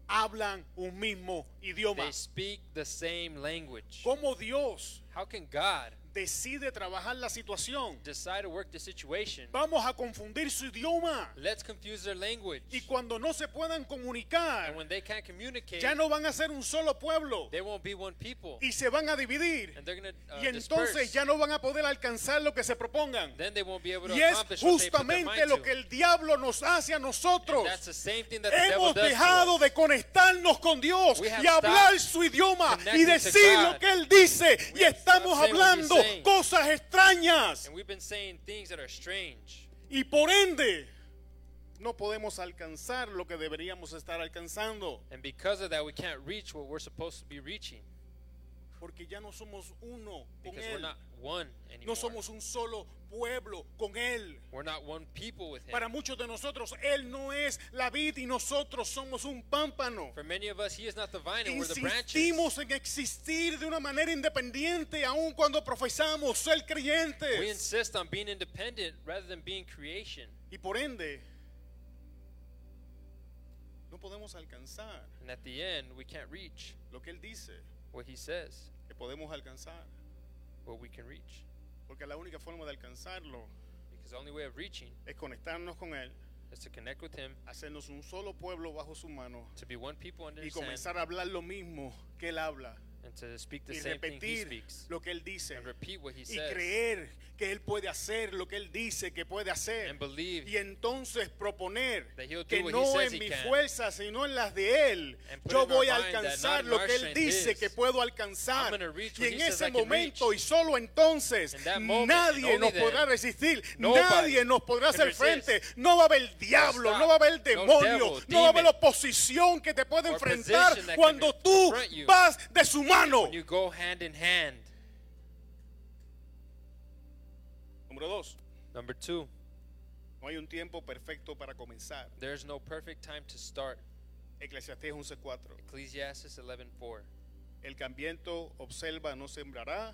S2: Hablan un mismo idioma.
S3: They speak the same language.
S2: ¿Cómo Dios
S3: How can God
S2: decide trabajar la situación?
S3: decide to work the situation?
S2: Vamos a confundir su idioma.
S3: Let's confuse their language.
S2: Y cuando no se puedan
S3: And
S2: comunicar,
S3: when they can't communicate,
S2: ya no van a ser un solo pueblo.
S3: they won't be one people.
S2: Y se van a dividir.
S3: And they're going to uh,
S2: y entonces
S3: disperse.
S2: ya no van a poder alcanzar lo que se propongan.
S3: Then they won't be able to
S2: Y es
S3: accomplish what they put their
S2: justamente
S3: mind
S2: lo
S3: to.
S2: que el diablo nos hace a
S3: And
S2: nosotros.
S3: that's the same thing that the devil
S2: Hemos
S3: does to
S2: dejado
S3: us.
S2: de conectarnos con Dios
S3: We have
S2: y hablar
S3: stopped
S2: su idioma y
S3: connecting to
S2: decir
S3: God.
S2: lo que Él dice.
S3: We
S2: Y
S3: have
S2: estamos
S3: stopped saying what he's
S2: hablando
S3: saying.
S2: cosas extrañas.
S3: And we've been saying things that are strange.
S2: Y por ende, no podemos alcanzar lo que deberíamos estar alcanzando.
S3: And because of that, we can't reach what we're supposed to be reaching.
S2: Porque ya no somos uno con
S3: Because we're
S2: Él.
S3: not one anymore.
S2: No somos un solo pueblo con Él.
S3: We're not one people with him.
S2: Para muchos de nosotros, Él no es la vid y nosotros somos un pámpano.
S3: For many of us, he is not the vine and we're the branches.
S2: Insistimos en existir de una manera independiente, aun cuando profesamos ser
S3: We
S2: creyentes.
S3: insist on being independent rather than being creation.
S2: Y por ende, no podemos alcanzar
S3: And at the end, we can't reach
S2: lo que Él dice
S3: what he says,
S2: que podemos alcanzar.
S3: what we can reach.
S2: Porque la única forma de alcanzarlo
S3: Because the only way of reaching
S2: es conectarnos con Él,
S3: is to connect with him,
S2: hacernos un solo pueblo bajo su mano
S3: to be one people under
S2: y
S3: his hand,
S2: comenzar a hablar lo mismo que Él habla.
S3: and to speak the
S2: Y
S3: same thing he
S2: repetir
S3: speaks,
S2: lo que Él dice.
S3: and repeat what he
S2: y
S3: says,
S2: creer que él puede hacer lo que él dice que puede hacer
S3: and believe
S2: y entonces proponer
S3: that he'll do
S2: que
S3: what he
S2: no
S3: says
S2: en
S3: he
S2: mis
S3: can.
S2: fuerzas sino en las de él
S3: And put
S2: yo
S3: in our
S2: voy a
S3: mind that
S2: alcanzar
S3: not in
S2: lo que
S3: our
S2: él
S3: strength
S2: dice
S3: is.
S2: que puedo
S3: I'm
S2: alcanzar
S3: gonna reach
S2: y
S3: what
S2: en
S3: he says
S2: ese
S3: I can
S2: momento y
S3: reach.
S2: solo entonces
S3: In that moment, and
S2: nadie
S3: only
S2: nos
S3: then,
S2: podrá resistir
S3: nobody
S2: nadie nos podrá
S3: can
S2: hacer
S3: resist.
S2: frente no va a haber diablo
S3: stop.
S2: no va a haber
S3: No
S2: demonio
S3: devil,
S2: no va a haber
S3: demon,
S2: oposición que te pueda
S3: or
S2: enfrentar
S3: position that can
S2: cuando tú
S3: confront you.
S2: vas de su mano
S3: when you go hand in hand.
S2: Dos,
S3: Number two,
S2: no hay un tiempo perfecto para comenzar.
S3: there is no perfect time to start.
S2: Eclesiastés 11:4.
S3: Ecclesiastes 11:4.
S2: El que hambriento observa no sembrará,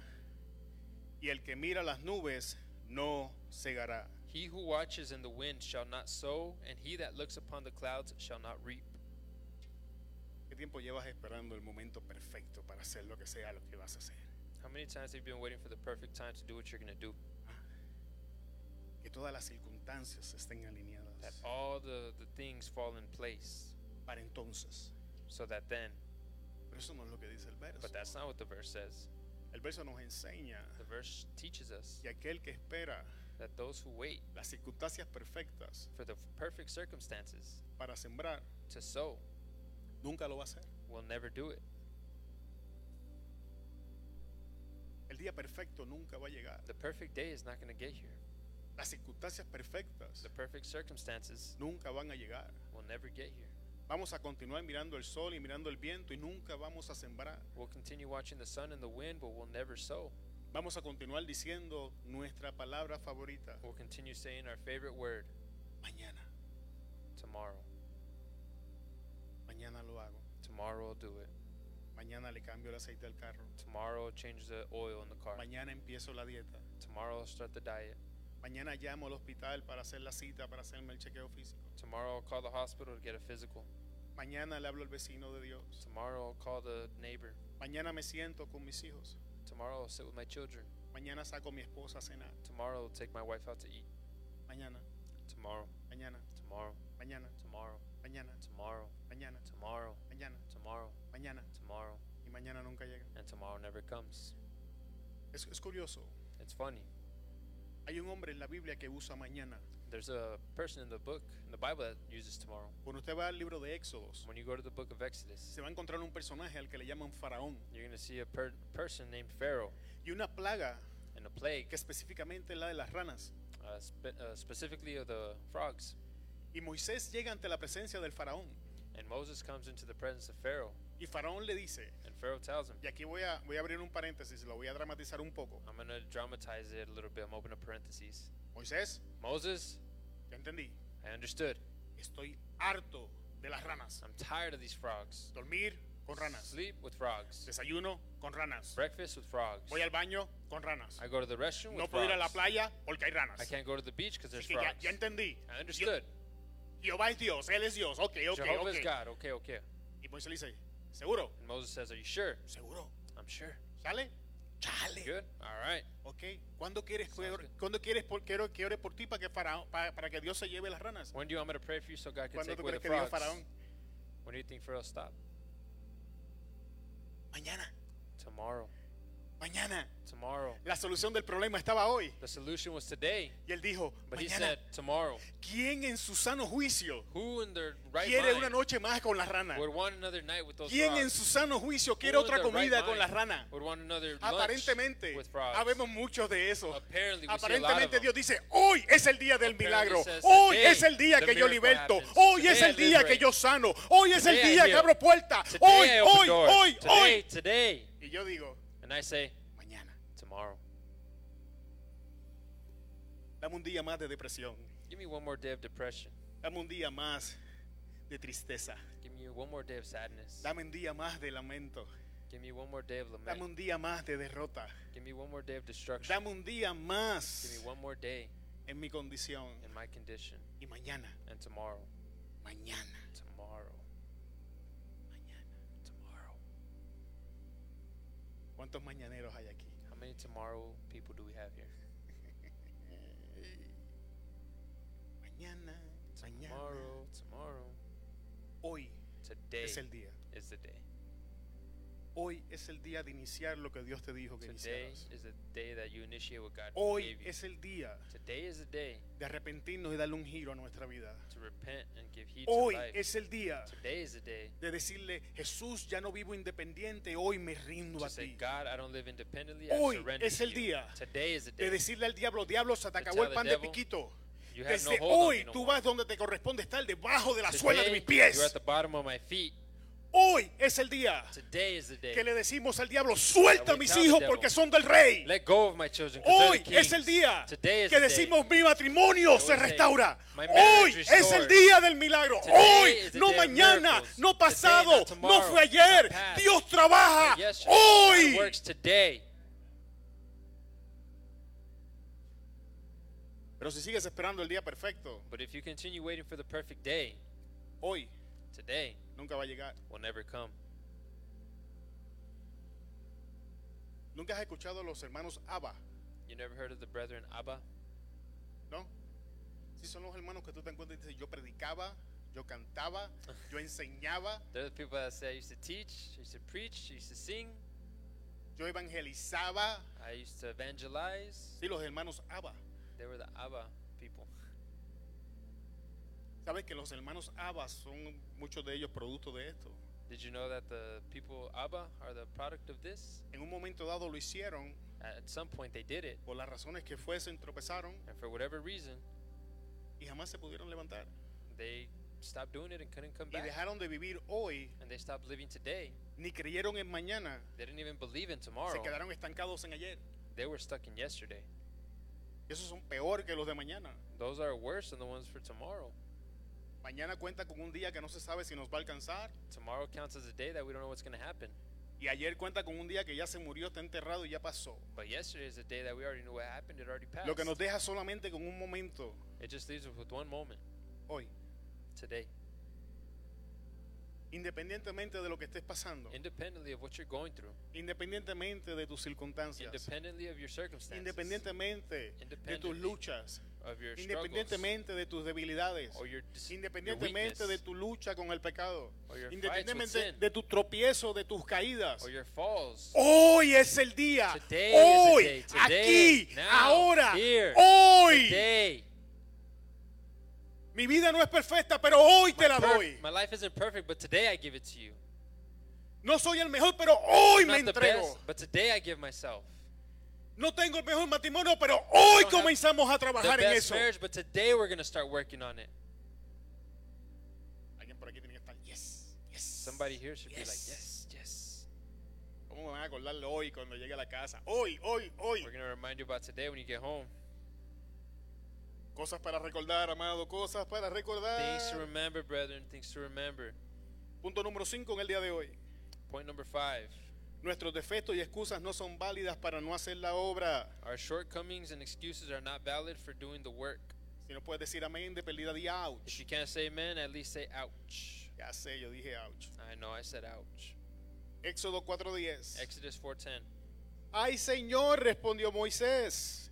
S2: y el que mira las nubes no cegará.
S3: He who watches in the wind shall not sow, and he that looks upon the clouds shall not reap.
S2: ¿Qué tiempo llevas esperando el momento perfecto para hacer lo que sea lo que vas a hacer?
S3: How many times have you been waiting for the perfect time to do what you're going to do?
S2: Que todas las circunstancias estén
S3: That
S2: alineadas.
S3: all the, the things fall in place
S2: Para entonces.
S3: so that then.
S2: Pero eso no es lo que dice el verso.
S3: But that's not what the verse says.
S2: El verso nos enseña
S3: The verse teaches us
S2: que aquel que espera
S3: that those who wait
S2: las circunstancias perfectas
S3: for the perfect circumstances
S2: para sembrar,
S3: to sow
S2: nunca lo va a hacer.
S3: will never do it.
S2: El día perfecto nunca va a llegar.
S3: The perfect day is not going to get here.
S2: Las circunstancias perfectas
S3: The perfect circumstances
S2: nunca van a llegar.
S3: will never get here.
S2: Vamos a continuar mirando el sol y mirando el viento y nunca vamos a sembrar.
S3: We'll continue watching the sun and the wind, but we'll never sow.
S2: Vamos a continuar diciendo nuestra palabra favorita.
S3: We'll continue saying our favorite word
S2: Mañana,
S3: tomorrow.
S2: mañana lo hago.
S3: Tomorrow I'll do it.
S2: Mañana le cambio el aceite al carro.
S3: Tomorrow I'll change the oil in the car.
S2: Mañana empiezo la dieta.
S3: Tomorrow I'll start the diet.
S2: Mañana llamo al hospital para hacer la cita, para hacerme el chequeo físico.
S3: Tomorrow I'll call the hospital to get a physical.
S2: Mañana le hablo al vecino de Dios.
S3: Tomorrow I'll call the neighbor.
S2: Mañana me siento con mis hijos.
S3: Tomorrow I'll sit with my children.
S2: Mañana saco a mi esposa a cenar.
S3: Tomorrow I'll take my wife out to eat.
S2: Mañana,
S3: Tomorrow,
S2: mañana,
S3: tomorrow,
S2: mañana,
S3: tomorrow,
S2: mañana,
S3: tomorrow,
S2: mañana,
S3: tomorrow,
S2: mañana,
S3: tomorrow,
S2: mañana.
S3: tomorrow,
S2: Y mañana nunca llega.
S3: and tomorrow never comes.
S2: Es, es curioso.
S3: It's funny.
S2: Hay un hombre en la Biblia que usa mañana.
S3: There's a person in the book, in the Bible, that uses tomorrow.
S2: Cuando usted va al libro de Éxodos,
S3: When you go to the book of Exodus,
S2: se va a encontrar un personaje al que le llaman faraón.
S3: you're going to see a per- person named Pharaoh
S2: Y una plaga
S3: and a plague,
S2: que específicamente es la de las ranas.
S3: uh, spe- uh, specifically of the frogs.
S2: Y Moisés llega ante la presencia del faraón.
S3: And Moses comes into the presence of Pharaoh,
S2: Y faraón le dice,
S3: and Pharaoh tells him,
S2: y aquí voy a, voy a abrir un paréntesis, lo voy a dramatizar un poco.
S3: I'm going to dramatize it a little bit. I'm opening parentheses.
S2: Moisés,
S3: Moses,
S2: ya entendí,
S3: I understood.
S2: estoy harto de las ranas.
S3: I'm tired of these frogs.
S2: Dormir con ranas.
S3: Sleep with frogs.
S2: Desayuno con ranas.
S3: Breakfast with frogs.
S2: Voy al baño con ranas.
S3: I go to the restroom
S2: No
S3: with
S2: puedo ir a la
S3: frogs.
S2: playa porque hay
S3: I
S2: ranas.
S3: can't go to the beach because there's
S2: Así que ya,
S3: frogs.
S2: ya entendí.
S3: I understood.
S2: Jehová es Dios, Él es Dios. Ok, ok,
S3: Jehovah is
S2: ok.
S3: God. Okay, okay.
S2: Y Moisés le dice, ¿seguro?
S3: And Moses says, Are you sure?
S2: ¿Seguro?
S3: I'm sure.
S2: ¿Sale?
S3: You
S2: Chale.
S3: Good? All right.
S2: Ok, ¿cuándo quieres, que,
S3: Sounds
S2: or-
S3: good.
S2: ¿cuándo quieres por- que, ore- que ore por ti para que, faraón- pa- para que Dios se lleve las ranas?
S3: When do you want me to pray for you so God can
S2: ¿Cuándo tú
S3: take away the
S2: crees que diga
S3: frogs?
S2: Faraón?
S3: When do you think Pharaoh stopped?
S2: Mañana,
S3: Tomorrow.
S2: mañana.
S3: Tomorrow.
S2: La solución del problema estaba hoy.
S3: The solution was today,
S2: Y él dijo,
S3: but he
S2: mañana,
S3: said tomorrow.
S2: ¿quién en su sano juicio
S3: Who in their right
S2: quiere
S3: mind
S2: una noche más con las ranas?
S3: would want another night with those
S2: ¿Quién
S3: frogs?
S2: en su sano juicio quiere
S3: Who in
S2: otra
S3: their right
S2: comida con
S3: mind
S2: las ranas?
S3: Would want another lunch
S2: Aparentemente,
S3: with frogs.
S2: habemos muchos de esos.
S3: Apparently, we see a lot of
S2: Aparentemente
S3: them.
S2: Dios dice, hoy es el día del
S3: Apparently
S2: milagro,
S3: says,
S2: hoy
S3: "Today
S2: es el día
S3: the
S2: que yo
S3: miracle
S2: liberto,
S3: happens.
S2: hoy es
S3: Today
S2: el
S3: I
S2: día que
S3: liberate.
S2: yo sano, hoy es el
S3: Today I
S2: día que
S3: heal.
S2: abro puertas,
S3: Today
S2: hoy,
S3: I open
S2: hoy,
S3: doors.
S2: hoy,
S3: today,
S2: hoy.
S3: today.
S2: Y yo digo,
S3: And I say
S2: mañana,
S3: tomorrow.
S2: dame un día más de depresión,
S3: Give me one more day of depression.
S2: dame un día más de tristeza,
S3: Give me one more day of sadness.
S2: dame un día más de lamento,
S3: Give me one more day of lament.
S2: dame un día más de derrota,
S3: Give me one more day of destruction.
S2: dame un día
S3: Give me
S2: más
S3: one more day
S2: en mi condición.
S3: in my condition.
S2: Y mañana,
S3: And tomorrow,
S2: mañana,
S3: tomorrow,
S2: mañana.
S3: tomorrow.
S2: ¿Cuántos mañaneros hay aquí?
S3: How many tomorrow people do we have here?
S2: Mañana, mañana.
S3: Tomorrow, tomorrow.
S2: Hoy
S3: Today
S2: es el día.
S3: is the day.
S2: Hoy es el día de iniciar lo que Dios te dijo que
S3: Today
S2: iniciaras.
S3: is the day that you initiate what God
S2: Hoy
S3: gave you.
S2: es el día
S3: Today is the day
S2: de arrepentirnos y darle un giro a nuestra vida.
S3: to repent and give heed
S2: Hoy
S3: to life.
S2: es el día
S3: Today is the day
S2: de decirle, Jesús, ya no vivo independiente, hoy me rindo
S3: to
S2: a
S3: say,
S2: ti.
S3: God, I don't live independently.
S2: Hoy
S3: I surrender
S2: es
S3: to
S2: el
S3: you.
S2: día
S3: Today is the
S2: De
S3: day.
S2: decirle al diablo, diablo, se te
S3: To
S2: acabó
S3: tell
S2: el
S3: the
S2: pan de
S3: devil,
S2: piquito.
S3: You have no
S2: Desde
S3: hold on me
S2: hoy
S3: no
S2: tú
S3: more.
S2: vas donde te corresponde estar, debajo de la suela de
S3: Today,
S2: mis
S3: you're at
S2: pies.
S3: the bottom of my feet.
S2: Hoy es el día
S3: Today is the day.
S2: que le decimos al diablo, suelta a mis hijos porque son del rey.
S3: Let go of my children. 'cause they're
S2: Hoy
S3: the
S2: es el
S3: kings.
S2: día
S3: Today is
S2: que
S3: the day.
S2: decimos mi matrimonio
S3: I
S2: se
S3: will say,
S2: restaura.
S3: "My marriage
S2: Hoy es
S3: is
S2: el
S3: restored."
S2: día del milagro.
S3: Today
S2: Hoy,
S3: is the
S2: no
S3: day of
S2: mañana,
S3: miracles.
S2: no
S3: Today,
S2: pasado,
S3: not
S2: no
S3: tomorrow,
S2: fue ayer.
S3: not past,
S2: Dios trabaja
S3: Yesterday, God
S2: hoy.
S3: works today.
S2: Pero si sigues esperando el día perfecto,
S3: But if you continue waiting for the perfect day,
S2: hoy
S3: today
S2: nunca va a llegar.
S3: will never come.
S2: Nunca has escuchado a los hermanos Abba,
S3: You never heard of the brethren Abba?
S2: ¿no? Si son los hermanos que tú te encuentras y dices, yo predicaba, yo cantaba, yo enseñaba,
S3: They're the people that say I used to teach, I used to preach, I used to sing,
S2: yo evangelizaba.
S3: I used to evangelize.
S2: Sí, los hermanos Abba.
S3: They were the Abba people.
S2: Sabes que los hermanos Abba son muchos de ellos producto de esto.
S3: Did you know that the people Abba are the product of this?
S2: En un momento dado lo hicieron
S3: At some point they did it,
S2: por las razones que fuesen, tropezaron
S3: and for whatever reason,
S2: y jamás se pudieron levantar.
S3: they stopped doing it and couldn't come
S2: Y
S3: back.
S2: dejaron de vivir hoy,
S3: And they stopped living today.
S2: ni creyeron en mañana,
S3: They didn't even believe in tomorrow.
S2: se quedaron estancados en ayer.
S3: They were stuck in yesterday.
S2: Y esos son peor que los de mañana.
S3: Those are worse than the ones for tomorrow.
S2: Mañana cuenta con un día que no se sabe si nos va a alcanzar.
S3: Tomorrow counts as a day that we don't know what's going to happen.
S2: Y ayer cuenta con un día que ya se murió, está enterrado y ya pasó.
S3: But yesterday is a day that we already knew what happened. It already passed.
S2: Lo que nos deja solamente con un momento
S3: It just leaves us with one moment
S2: hoy.
S3: today.
S2: Independientemente de lo que estés pasando,
S3: Independently of what you're going through,
S2: independientemente de tus circunstancias,
S3: independently of your circumstances,
S2: independientemente de tus
S3: Independently.
S2: luchas,
S3: of your struggles,
S2: independientemente de tus debilidades,
S3: or your, dis- your
S2: independientemente de
S3: weakness,
S2: tu lucha con el pecado,
S3: Or your fights with
S2: independientemente
S3: sin.
S2: de tu tropiezo, de tus caídas.
S3: or your falls.
S2: Hoy es el día,
S3: Today
S2: hoy,
S3: is the day. Today,
S2: aquí,
S3: now,
S2: ahora,
S3: here,
S2: hoy.
S3: Today.
S2: Mi vida no es perfecta, pero hoy te la
S3: my, per-
S2: doy.
S3: my life isn't perfect, but today I give it to you.
S2: No soy el mejor, pero hoy
S3: I'm
S2: me
S3: not the
S2: entrego.
S3: best, but today I give myself.
S2: No tengo el mejor matrimonio, pero hoy
S3: have
S2: comenzamos a
S3: The
S2: trabajar en
S3: best
S2: eso.
S3: marriage, but today we're going to start working on it.
S2: Alguien por aquí tiene que estar, yes, yes.
S3: Somebody here should be like,
S2: yes.
S3: yes, yes.
S2: ¿Cómo me van a acordarlo hoy cuando llegue a la casa? Hoy, hoy, hoy.
S3: We're going to remind you about today when you get home.
S2: Cosas para recordar, amado, cosas para recordar.
S3: Things to remember, brethren, things to remember.
S2: Punto número 5 en el día de hoy.
S3: Point number five.
S2: Nuestros defectos y excusas no son válidas para no hacer la obra.
S3: Our shortcomings and excuses are not valid for doing the work.
S2: Si no puedes decir amén de perdida, di
S3: If
S2: ouch.
S3: you can't say amen, at least say ouch.
S2: Ya sé, yo dije ouch.
S3: I know I said ouch.
S2: Éxodo 4:10.
S3: Exodus 4:10.
S2: Ay, Señor, respondió Moisés.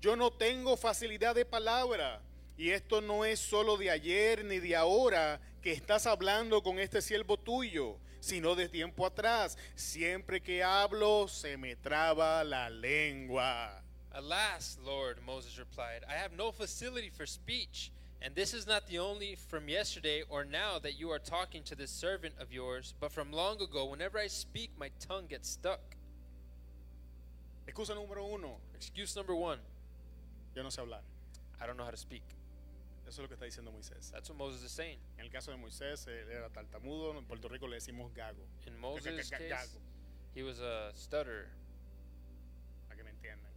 S2: Yo no tengo facilidad de palabra. Y esto no es solo de ayer ni de ahora que estás hablando con este siervo tuyo, sino de tiempo atrás. Siempre que hablo, se me traba la lengua.
S3: Alas, Lord, Moses replied, I have no facility for speech, and this is not the only from yesterday or now that you are talking to this servant of yours, but from long ago, whenever I speak, my tongue gets stuck.
S2: Excusa número uno,
S3: Excuse number one
S2: yo no sé hablar.
S3: I don't know how to speak.
S2: Eso es lo que está diciendo Moisés.
S3: That's what Moses is saying.
S2: En el caso de Moisés, él era tartamudo, en Puerto Rico le decimos gago,
S3: In Moses' case, he was a stutterer,
S2: para que me entiendan.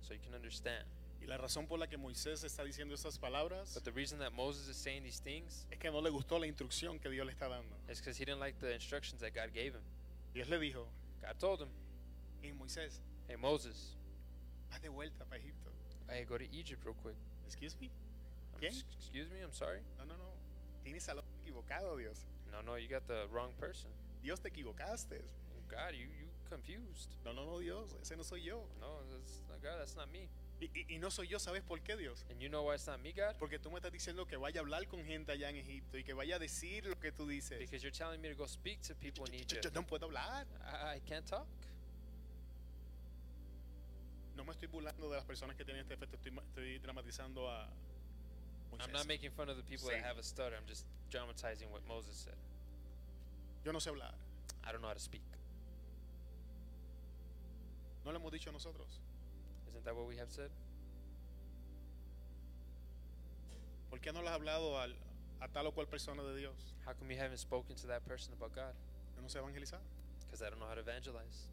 S3: so you can understand.
S2: Y la razón por la que Moisés está diciendo esas palabras
S3: But the reason that Moses is saying these things
S2: es que no le gustó la instrucción que Dios le está dando.
S3: is because he didn't like the instructions that God gave him.
S2: Dios le dijo,
S3: God told him,
S2: hey Moisés,
S3: Hey, Moses,
S2: haz de vuelta para Egipto.
S3: I go to Egypt real quick.
S2: Excuse me.
S3: I'm
S2: ¿Quién?
S3: s- Excuse me, I'm sorry.
S2: No, no, no. Tienes al hombre equivocado, Dios.
S3: No, no, you got the wrong person. Oh,
S2: Dios te equivocaste.
S3: God, you you confused.
S2: No, no, no, Dios, ese no soy yo.
S3: No, that's not God, that's not me.
S2: Y, y- y no soy yo, ¿sabes por qué, Dios?
S3: And you know why it's not me, God?
S2: Porque tú me estás diciendo que vaya a hablar con gente allá en Egipto y que vaya a decir lo que tú dices.
S3: Because you're telling me to go speak to people in
S2: Yo- yo
S3: Egypt.
S2: no puedo hablar.
S3: I, I can't talk.
S2: No me estoy burlando de las personas que tienen este efecto, estoy, ma- estoy dramatizando a
S3: I'm not
S2: Moisés.
S3: making fun of the people
S2: Sí.
S3: that have a stutter. I'm just dramatizing what Moses said.
S2: Yo no sé hablar.
S3: I don't know how to speak.
S2: No lo hemos dicho nosotros.
S3: Isn't that what we have said?
S2: ¿Por qué no lo has hablado al, a tal o cual persona de Dios.
S3: How come you haven't spoken to that person about God?
S2: Yo no sé evangelizar.
S3: Because I don't know how to evangelize.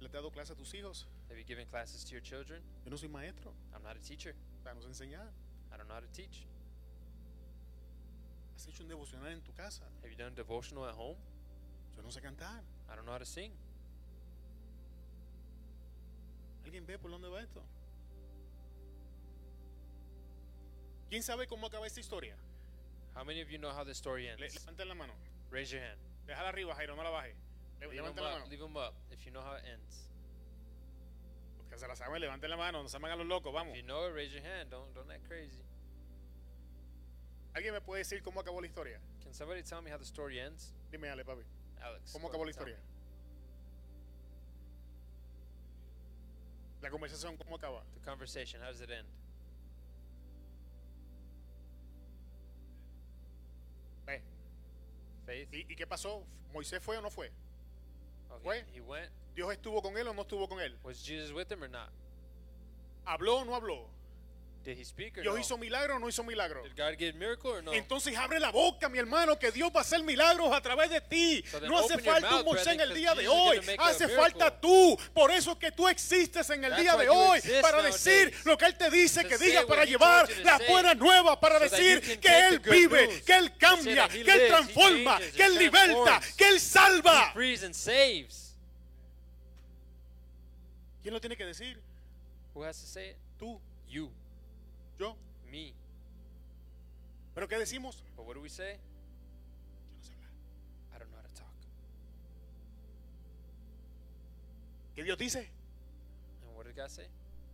S2: ¿Le has dado clase a tus hijos?
S3: Have you given classes to your children?
S2: Yo no soy maestro.
S3: I'm not a teacher.
S2: Para nos enseñar.
S3: I don't know how to teach.
S2: Has hecho un devocional en tu casa.
S3: Have you done devotional at home?
S2: Yo no sé cantar.
S3: I don't know how to sing.
S2: ¿Alguien ve por dónde va esto? ¿Quién sabe cómo acaba esta historia?
S3: How many of you know how this story
S2: Le-
S3: ends?
S2: levanten la mano.
S3: Raise your hand.
S2: Déjala arriba, Jairo, no la baje. Le-
S3: Leave
S2: levanten
S3: them
S2: la
S3: up.
S2: mano.
S3: Leave them up. If you know how it ends.
S2: Los que se la saben, levanten la mano. No se hagan los locos, vamos.
S3: If you know it, raise your hand. Don't don't act crazy.
S2: ¿Alguien me puede decir cómo acabó la historia?
S3: Can somebody tell me how the story ends?
S2: Dime, Ale, papi.
S3: Alex.
S2: ¿Cómo
S3: go
S2: acabó la
S3: ahead, tell me.
S2: historia? La conversación, ¿cómo acaba?
S3: The conversation. How does it end?
S2: Ve.
S3: Faith.
S2: ¿Y, y qué pasó? ¿Moisés fue o no fue?
S3: Okay.
S2: fue.
S3: He went.
S2: ¿Dios estuvo con él o no estuvo con él?
S3: Was Jesus with him or not?
S2: ¿Habló o no habló?
S3: Did he speak or
S2: ¿Dios
S3: no?
S2: hizo milagro o no hizo milagro?
S3: Did God give miracle or no?
S2: Entonces abre la boca, mi hermano, que Dios va a hacer milagros a través de ti.
S3: So then
S2: no hace
S3: open your
S2: falta un
S3: mouth,
S2: Moisés en
S3: brethren,
S2: el día de
S3: because Jesus
S2: hoy,
S3: is gonna make a
S2: hace
S3: miracle.
S2: falta tú. Por eso es que tú existes en el
S3: That's
S2: día
S3: why
S2: de
S3: you
S2: hoy
S3: exist
S2: para decir
S3: nowadays.
S2: lo que Él te dice
S3: To
S2: que
S3: say
S2: diga,
S3: what
S2: para
S3: he
S2: llevar
S3: told you to
S2: la
S3: say,
S2: buena nueva, para
S3: so that
S2: decir
S3: you can
S2: que
S3: take the
S2: Él
S3: good
S2: vive,
S3: news,
S2: que Él
S3: to say
S2: cambia,
S3: that he
S2: que Él
S3: lives, he
S2: transforma,
S3: changes,
S2: que
S3: he
S2: Él liberta,
S3: transforms.
S2: que Él salva.
S3: frees and saves.
S2: ¿Quién lo tiene que decir?
S3: Who has to say it?
S2: Tú,
S3: You,
S2: yo.
S3: me.
S2: ¿Pero qué decimos?
S3: But what do we say?
S2: Yo no sé hablar.
S3: I don't know how to talk.
S2: ¿Qué Dios dice?
S3: And what did God say?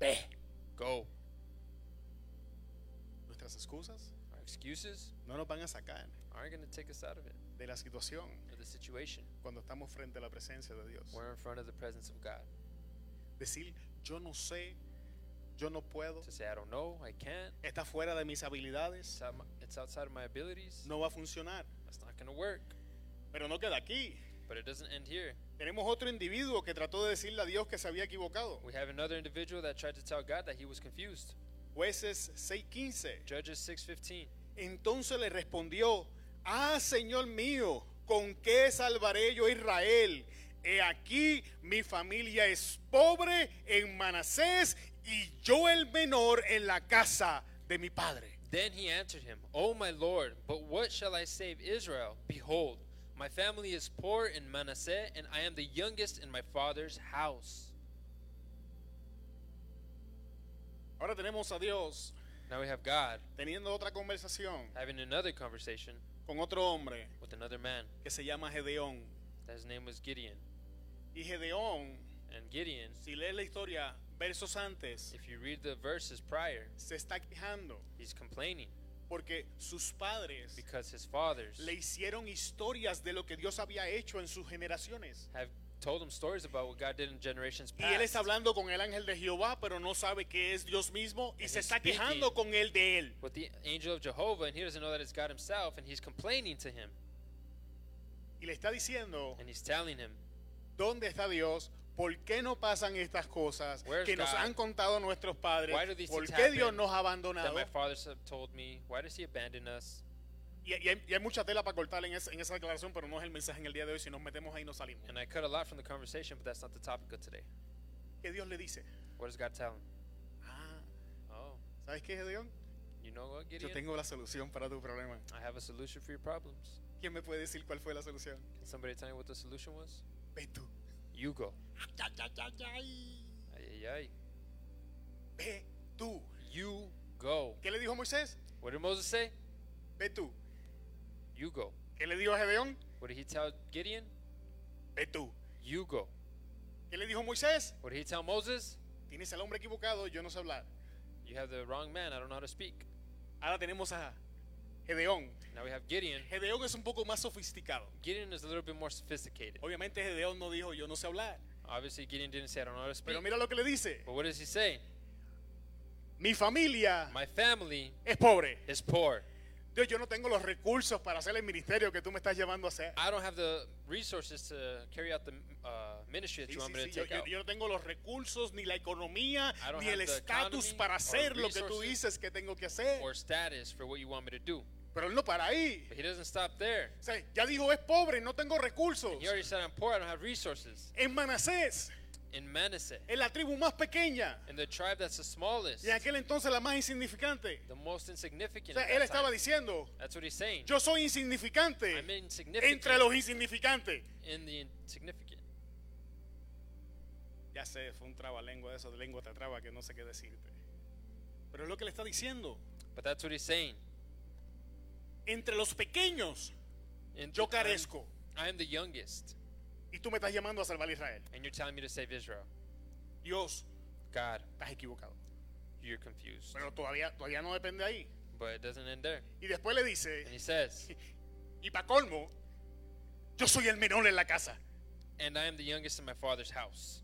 S2: Ve.
S3: Go.
S2: Nuestras excusas
S3: Our excuses
S2: no nos van a sacar
S3: aren't going to take us out of it
S2: de la situación.
S3: or the situation.
S2: cuando estamos frente a la presencia de Dios.
S3: We're in front of the presence of God.
S2: Decir, yo no sé, yo no puedo,
S3: To say I don't know, I can't.
S2: está fuera de mis habilidades,
S3: It's, out my, it's outside of my abilities.
S2: no va a funcionar.
S3: That's not going to work.
S2: Pero no queda aquí.
S3: But it doesn't end here.
S2: Tenemos otro individuo que trató de decirle a Dios que se había equivocado.
S3: We have another individual that tried to tell God that he was confused.
S2: Jueces 6:15.
S3: Judges 6:15.
S2: Entonces le respondió, ah, Señor mío, ¿con qué salvaré yo a Israel? He aquí mi familia es pobre en Manasés y yo el menor en la casa de mi padre.
S3: Then he answered him, O my Lord, but what shall I save Israel? Behold, my family is poor in Manasseh, and I am the youngest in my father's house.
S2: Ahora tenemos a Dios
S3: Now we have God
S2: teniendo otra conversación
S3: having another conversation
S2: con otro hombre
S3: with another man.
S2: que se llama Gedeón.
S3: that His name was Gideon.
S2: Y Gedeón,
S3: And Gideon,
S2: si lees la historia versos antes,
S3: if you read the verses prior,
S2: se está quejando
S3: he's complaining
S2: porque sus padres
S3: because his fathers
S2: le hicieron historias de lo que Dios había hecho en sus generaciones.
S3: have told him stories about what God did in generations
S2: Y él
S3: past
S2: está hablando con el ángel de Jehová, pero no sabe qué es Dios mismo y
S3: And
S2: se
S3: he's
S2: está quejando
S3: speaking.
S2: con él de él.
S3: with the angel of Jehovah, and he doesn't know that it's God himself, and he's complaining to him.
S2: Y le está diciendo,
S3: And he's telling him,
S2: ¿dónde está Dios? ¿Por qué no pasan estas cosas
S3: Where's
S2: que nos
S3: God?
S2: han contado nuestros padres?
S3: Why do these
S2: ¿Por
S3: things
S2: qué Dios
S3: happen?
S2: nos ha
S3: that
S2: abandonado?
S3: my fathers have told me, why does he abandon us?
S2: Y, y hay, y hay mucha tela para cortar en, esa- en esa declaración, pero no es el mensaje en el día de hoy. Si nos metemos ahí, no salimos.
S3: And I cut a lot from the conversation, but that's not the topic of today.
S2: ¿Qué Dios le dice?
S3: What does God tell him?
S2: Ah,
S3: Oh,
S2: ¿sabes qué, Gedeón?
S3: you know what,
S2: Yo
S3: Gideon?
S2: tengo la solución para tu problema.
S3: I have a solution for your problems.
S2: ¿Quién me puede decir cuál fue la solución?
S3: Can somebody tell me what the solution was?
S2: Ve tú.
S3: You go.
S2: Ay, ay, ay, ay.
S3: Ay, ay, ay.
S2: Ve tú.
S3: You go.
S2: ¿Qué le dijo Moisés?
S3: What did Moses say?
S2: Ve tú.
S3: You go.
S2: ¿Qué le dijo a Gedeón?
S3: What did he tell Gideon?
S2: Ve tú.
S3: You go.
S2: ¿Qué le dijo Moisés?
S3: What did he tell Moses?
S2: Tienes al hombre equivocado, yo no sé hablar.
S3: You have the wrong man. I don't know how to speak.
S2: Ahora tenemos a Gedeón.
S3: Now we have Gideon.
S2: Gedeón es un poco más sofisticado.
S3: Gideon is a little bit more sophisticated.
S2: Obviamente Gedeón no dijo yo no sé hablar.
S3: Obviously, Gideon didn't say, I don't know how to speak.
S2: Pero mira lo que le dice.
S3: But what does he say?
S2: Mi familia
S3: My family
S2: es pobre.
S3: is poor.
S2: Dios, yo no tengo los recursos para hacer el ministerio que tú me estás llamando a hacer.
S3: I don't have the resources to carry out the uh, ministry that
S2: Sí,
S3: you want
S2: sí,
S3: me to
S2: sí, yo,
S3: take out.
S2: yo- yo no tengo los recursos, ni la economía,
S3: I don't
S2: ni
S3: have
S2: el
S3: the
S2: estatus
S3: economy
S2: para
S3: or
S2: hacer lo que tú
S3: resources
S2: dices que tengo que hacer.
S3: Or status for what you want me to do.
S2: Pero él no para ahí.
S3: But he doesn't stop there.
S2: O sea, ya dijo, es pobre, no tengo recursos.
S3: He already said, I'm poor, I don't have resources.
S2: En Manasés,
S3: In Manasseh,
S2: en la tribu más pequeña,
S3: in the tribe that's the smallest,
S2: y en aquel entonces la más insignificante.
S3: the most
S2: O
S3: insignificant.
S2: sea,
S3: at
S2: él
S3: that time.
S2: estaba diciendo,
S3: That's what he's saying.
S2: yo soy insignificante
S3: I'm insignificant
S2: entre los insignificantes.
S3: in the insignificant.
S2: Ya sé, fue un trabalengua de eso, de lengua te traba que no sé qué decirte. Pero es lo que le está diciendo.
S3: But that's what he's saying.
S2: Entre los pequeños
S3: In
S2: yo
S3: I'm-
S2: carezco.
S3: I'm the youngest,
S2: Y tú me estás llamando a salvar a Israel.
S3: and you're telling me to save Israel.
S2: Dios,
S3: God,
S2: estás equivocado.
S3: you're confused.
S2: Pero todavía, todavía no depende de ahí.
S3: But it doesn't end there.
S2: Y después le
S3: And
S2: dice,
S3: he says,
S2: y para colmo, yo soy el menor en la casa.
S3: And I am the youngest in my father's house.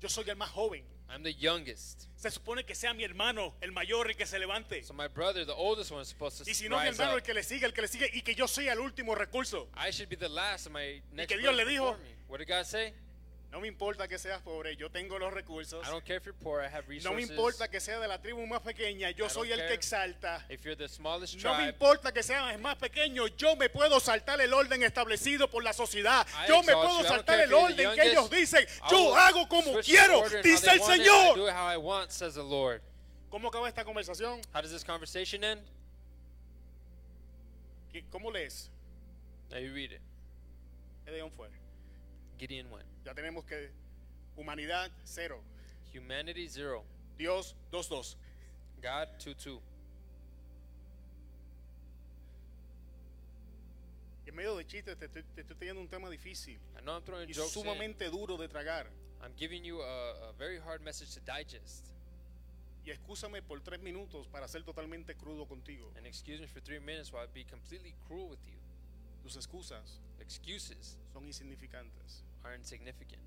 S2: Yo soy el más joven.
S3: I'm the youngest.
S2: Se supone que sea mi hermano el mayor el que se levante.
S3: So my brother, the oldest one, is supposed to
S2: Y si no, mi
S3: rise
S2: hermano
S3: up.
S2: el que le sigue, el que le sigue, y que yo sea el último recurso.
S3: I should be the last of my next
S2: que Dios
S3: brother
S2: le dijo,
S3: before me. What did God say?
S2: No me importa que seas pobre, yo tengo los recursos.
S3: I don't care if you're poor, I have
S2: No me
S3: resources.
S2: importa que sea de la tribu más pequeña, yo
S3: I
S2: soy
S3: don't
S2: el que
S3: care.
S2: exalta.
S3: If you're the smallest
S2: No me
S3: tribe,
S2: importa que sea el más pequeño, yo me puedo saltar el orden establecido por la sociedad. Yo me
S3: exalt you. I
S2: puedo
S3: don't
S2: saltar el
S3: care if you're the
S2: orden que ellos
S3: youngest.
S2: dicen.
S3: I
S2: Yo
S3: will
S2: hago como
S3: switch the
S2: quiero,
S3: order and how
S2: dice
S3: they
S2: el
S3: want it, I do
S2: Señor.
S3: it how I want, says the Lord.
S2: ¿Cómo acaba esta conversación?
S3: How does this conversation end?
S2: ¿Qué- ¿Cómo lees?
S3: Now you read it.
S2: Gedeón fue.
S3: Gideon went.
S2: Ya tenemos que humanidad cero,
S3: Humanity zero.
S2: Dios dos dos.
S3: God two two.
S2: Y En medio de chistes te, estoy- te estoy teniendo un tema difícil
S3: I know I'm throwing
S2: y
S3: jokes. in.
S2: sumamente duro de tragar.
S3: I'm giving you a, a very hard message to digest.
S2: Y excúsame por tres minutos para ser totalmente crudo contigo.
S3: And excuse me for three minutes while I be completely cruel with you.
S2: Tus excusas
S3: Excuses
S2: son insignificantes.
S3: are insignificant.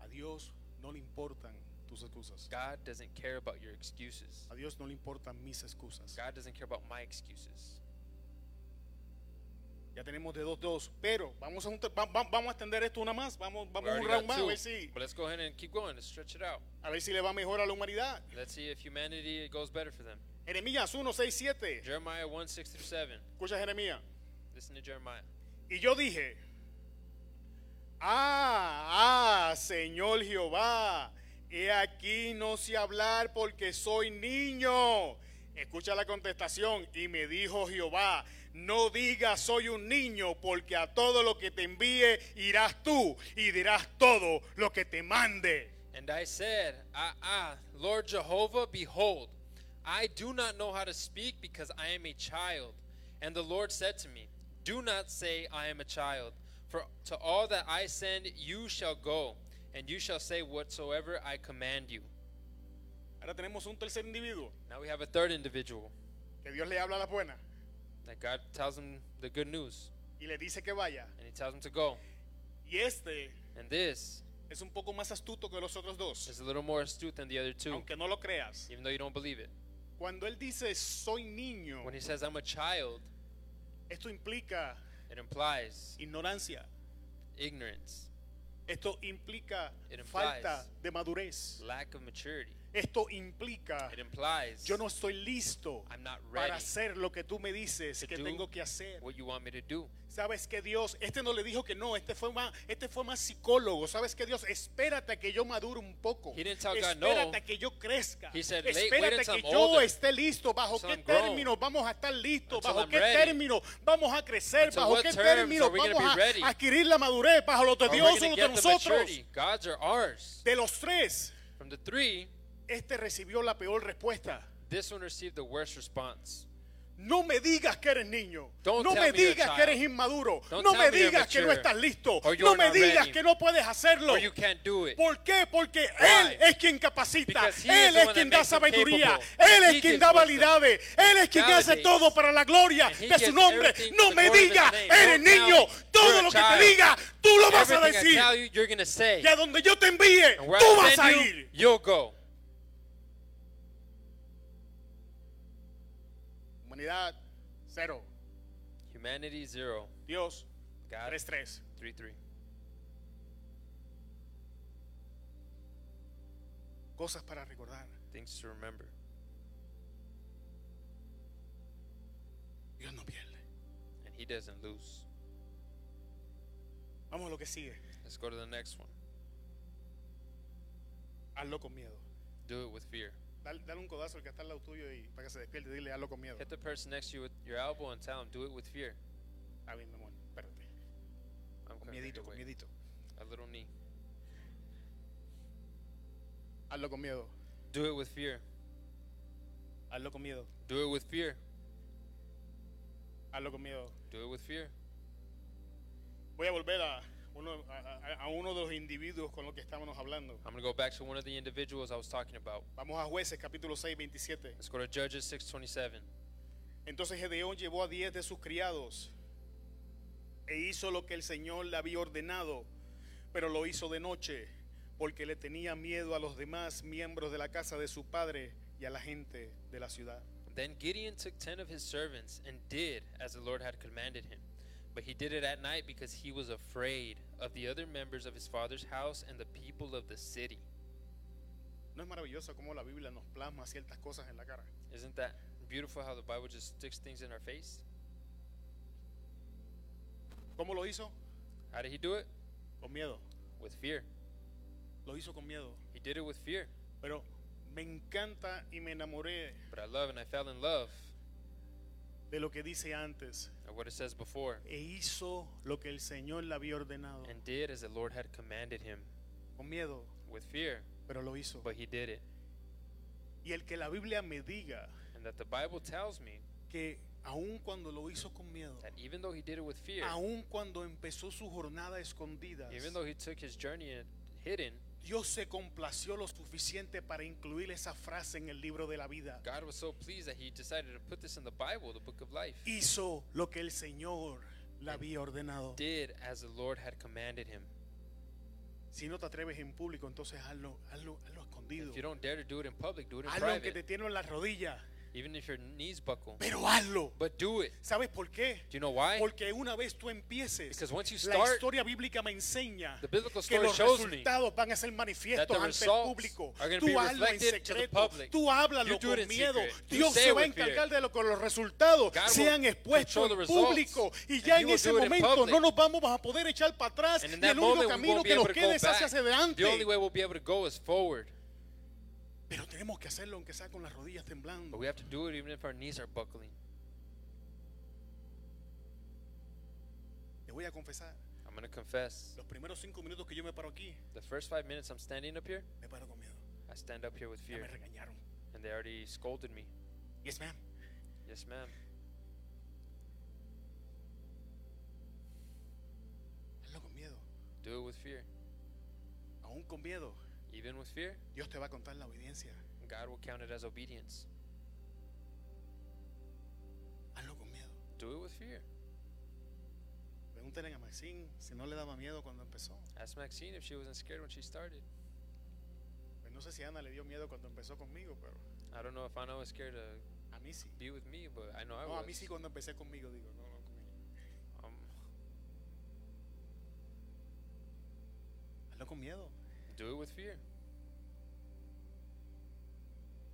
S2: A Dios no le importan tus excusas.
S3: God doesn't care about your excuses.
S2: A Dios no le importan mis excusas.
S3: God doesn't care about my excuses.
S2: Ya tenemos de dos dos, pero vamos a un te- va- va- vamos a extender esto una más, vamos
S3: We
S2: vamos un
S3: already
S2: round
S3: got
S2: más a
S3: two,
S2: ver si
S3: But let's go ahead and keep going. Let's stretch it out.
S2: a ver si le va mejor a la humanidad.
S3: Let's see if humanity it goes better for them.
S2: Jeremías 1, 6, 7.
S3: Jeremiah 1 6 through 7.
S2: Escucha Jeremías.
S3: Listen to Jeremiah.
S2: Y yo dije, ah, ah, Señor Jehová, he aquí no sé hablar porque soy niño. Escucha la contestación y me dijo Jehová, no digas soy un niño porque a todo lo que te envíe irás tú y dirás todo lo que te mande.
S3: And I said, Ah, ah, Lord Jehovah, behold, I do not know how to speak because I am a child. And the Lord said to me, Do not say, I am a child, for to all that I send you shall go, and you shall say whatsoever I command you.
S2: Ahora tenemos un tercer individuo
S3: Now we have a third individual
S2: que Dios le habla a la buena
S3: that God tells him the good news,
S2: y le dice que vaya.
S3: and he tells him to go.
S2: Y este
S3: And this
S2: es un poco más astuto que los otros dos,
S3: is a little more astute than the other two,
S2: aunque no lo creas.
S3: even though you don't believe it.
S2: Cuando él dice soy niño,
S3: When he says, I'm a child,
S2: esto implica
S3: it implies
S2: ignorancia.
S3: ignorance,
S2: Esto implica
S3: It implies-
S2: falta de madurez.
S3: lack of maturity.
S2: Esto implica
S3: It implies
S2: yo no estoy listo
S3: I'm not
S2: para
S3: ready
S2: hacer lo que tú me dices
S3: to
S2: que
S3: do
S2: tengo que hacer.
S3: what you want me to do.
S2: Sabes que Dios, este no le dijo que no, este fue más, este fue más psicólogo. Sabes que Dios, espérate a que yo madure un poco.
S3: He didn't tell God no.
S2: espérate a que yo crezca.
S3: He said, "Wait- wait
S2: espérate
S3: until
S2: que
S3: I'm
S2: yo
S3: older,
S2: esté listo. ¿Bajo
S3: until
S2: qué
S3: I'm grown,
S2: términos vamos a estar listos?
S3: until
S2: ¿Bajo
S3: I'm
S2: qué
S3: ready,
S2: términos vamos a crecer?
S3: until
S2: ¿Bajo
S3: what
S2: qué
S3: terms are
S2: términos
S3: we gonna
S2: vamos
S3: be ready?
S2: a adquirir la madurez? ¿Bajo los de
S3: Are we
S2: Dios o
S3: gonna
S2: los de
S3: get the
S2: nosotros?
S3: maturity? God's are ours.
S2: De los tres,
S3: From the three,
S2: este recibió la peor respuesta.
S3: this one received the worst response.
S2: No me digas que eres niño.
S3: Don't
S2: no
S3: tell
S2: me
S3: me you're a
S2: digas que
S3: child.
S2: eres inmaduro.
S3: Don't
S2: no
S3: tell
S2: me
S3: me you're
S2: digas que no
S3: immature.
S2: estás listo.
S3: Or
S2: No
S3: you're
S2: me
S3: not
S2: digas
S3: ready.
S2: que no puedes hacerlo.
S3: Or you can't do it.
S2: ¿Por qué? Porque
S3: Why?
S2: Él es quien capacita,
S3: Because he is
S2: Él
S3: the
S2: es
S3: one
S2: quien
S3: that
S2: da
S3: makes him
S2: sabiduría,
S3: capable.
S2: Él es
S3: He
S2: quien
S3: gives
S2: da
S3: wisdom.
S2: validades, Él es quien hace
S3: Validates.
S2: todo para la gloria
S3: And he
S2: de su
S3: gives
S2: nombre.
S3: everything
S2: No
S3: for the
S2: me
S3: glory of his
S2: digas,
S3: name.
S2: eres
S3: Don't tell
S2: niño,
S3: me
S2: todo
S3: you're a
S2: lo que te
S3: child.
S2: diga, tú lo vas a
S3: Everything I
S2: decir.
S3: tell you, you're going to say.
S2: Y a donde yo te envíe,
S3: And where
S2: tú
S3: I
S2: vas a
S3: send you,
S2: ir.
S3: you'll go.
S2: Humanidad, cero.
S3: Humanity, zero.
S2: Dios,
S3: God,
S2: 3, 3.
S3: three, three.
S2: Cosas para recordar.
S3: Things to remember.
S2: Dios no pierde.
S3: And he doesn't lose.
S2: Vamos a lo que sigue.
S3: Let's go to the next one.
S2: Hazlo con miedo.
S3: Do it with fear.
S2: Dale, dale un codazo al que está al lado tuyo y para que se despierte. Dile, hazlo con miedo.
S3: Hit the person next to you with your elbow and tell him, do it with fear.
S2: Está bien, mi amor. Espérate. Con
S3: I'm cutting it
S2: miedito, con
S3: away.
S2: miedito.
S3: A little knee.
S2: Hazlo con miedo.
S3: Do it with fear.
S2: Hazlo con miedo.
S3: Do it with fear.
S2: Hazlo con miedo.
S3: Do it with fear.
S2: Voy a volver a uno, a, a- a uno de los individuos con los que estábamos hablando.
S3: I'm going to go back to one of the individuals I was talking about.
S2: Vamos a jueces, capítulo 6, 27.
S3: Let's go to Judges 6:27.
S2: Entonces Gedeón llevó a diez de sus criados e hizo lo que el Señor le había ordenado, pero lo hizo de noche, porque le tenía miedo a los demás miembros de la casa de su padre y a la gente de la ciudad.
S3: Then Gideon took 10 of his servants and did as the Lord had commanded him. But he did it at night because he was afraid of the other members of his father's house and the people of the city.
S2: ¿No es maravilloso cómo la Biblia nos plasma ciertas cosas en la cara?
S3: Isn't that beautiful how the Bible just sticks things in our face?
S2: ¿Cómo lo hizo?
S3: How did he do it?
S2: Con miedo.
S3: With fear.
S2: Lo hizo con miedo.
S3: He did it with fear.
S2: Pero me encanta y me enamoré
S3: But I love and I fell in love
S2: de lo que dice antes.
S3: at what it says before
S2: E hizo lo que el Señor le había ordenado.
S3: and did as the Lord had commanded him
S2: Con miedo,
S3: with fear,
S2: pero lo hizo.
S3: but he did it.
S2: Y el que la Biblia me diga
S3: And that the Bible tells me
S2: que aun cuando lo hizo con miedo,
S3: that even though he did it with fear,
S2: aun cuando empezó su jornada escondida,
S3: even though he took his journey in- hidden,
S2: Dios se complació lo suficiente para incluir esa frase en el libro de la vida.
S3: God was so pleased that he decided to put this in the Bible, the book of life.
S2: Hizo lo que el Señor le había ordenado.
S3: Did as the Lord had commanded him.
S2: Si no te atreves en público, entonces hazlo, hazlo, hazlo escondido.
S3: If you don't dare to do it in public, do it in
S2: Hazlo aunque te
S3: private.
S2: tienen las rodillas,
S3: Even if your knees buckle.
S2: pero hazlo.
S3: But do it.
S2: ¿Sabes por qué?
S3: Do you know why?
S2: Porque una vez tú empieces,
S3: Because once you
S2: la
S3: start,
S2: historia bíblica me enseña
S3: the biblical
S2: que
S3: story
S2: los
S3: shows me
S2: resultados van a ser
S3: that
S2: manifiestos
S3: the
S2: ante el
S3: results
S2: público.
S3: are gonna be
S2: Tú hazlo en
S3: reflected to the
S2: secreto,
S3: public.
S2: tú háblalo
S3: You do
S2: con
S3: it in
S2: miedo.
S3: secret. You
S2: Dios
S3: say
S2: se
S3: it
S2: va a
S3: with fear.
S2: encargar de lo que los resultados
S3: will
S2: sean expuestos
S3: control
S2: en
S3: the results,
S2: público y
S3: and
S2: ya
S3: he
S2: en
S3: will
S2: ese
S3: do it in
S2: momento
S3: public.
S2: no nos vamos a poder echar para atrás
S3: And in
S2: y el
S3: that
S2: único
S3: moment, we
S2: camino
S3: won't be
S2: que
S3: able
S2: nos
S3: to
S2: queda
S3: go
S2: es hacia
S3: back.
S2: adelante.
S3: The only way we'll be able to go is forward.
S2: Pero tenemos que hacerlo aunque sea con las rodillas
S3: But
S2: temblando.
S3: we have to do it even if our knees are buckling.
S2: Te voy a confesar,
S3: I'm going to confess.
S2: los primeros cinco minutos que yo me paro aquí,
S3: The first five minutes I'm standing up here,
S2: me paro con miedo.
S3: I stand up here with
S2: Ya me
S3: fear.
S2: regañaron.
S3: And they already scolded me.
S2: Yes, ma'am.
S3: Yes, ma'am.
S2: Hazlo con miedo.
S3: Do it with fear.
S2: Aún con miedo,
S3: Even with fear,
S2: Dios te va a contar la obediencia.
S3: God will count it as obedience.
S2: Hazlo con miedo.
S3: Do it with fear.
S2: Pregúntale a Maxine si no le daba miedo cuando empezó.
S3: Ask Maxine if she wasn't scared when she started.
S2: Pues no sé si a Ana le dio miedo cuando empezó conmigo, pero
S3: I don't know if Anna was scared to
S2: a mí sí.
S3: be with me, but I know I
S2: No, a
S3: was.
S2: mí sí cuando empecé conmigo, digo, no, no conmigo.
S3: Um,
S2: Hazlo con miedo.
S3: do it with fear.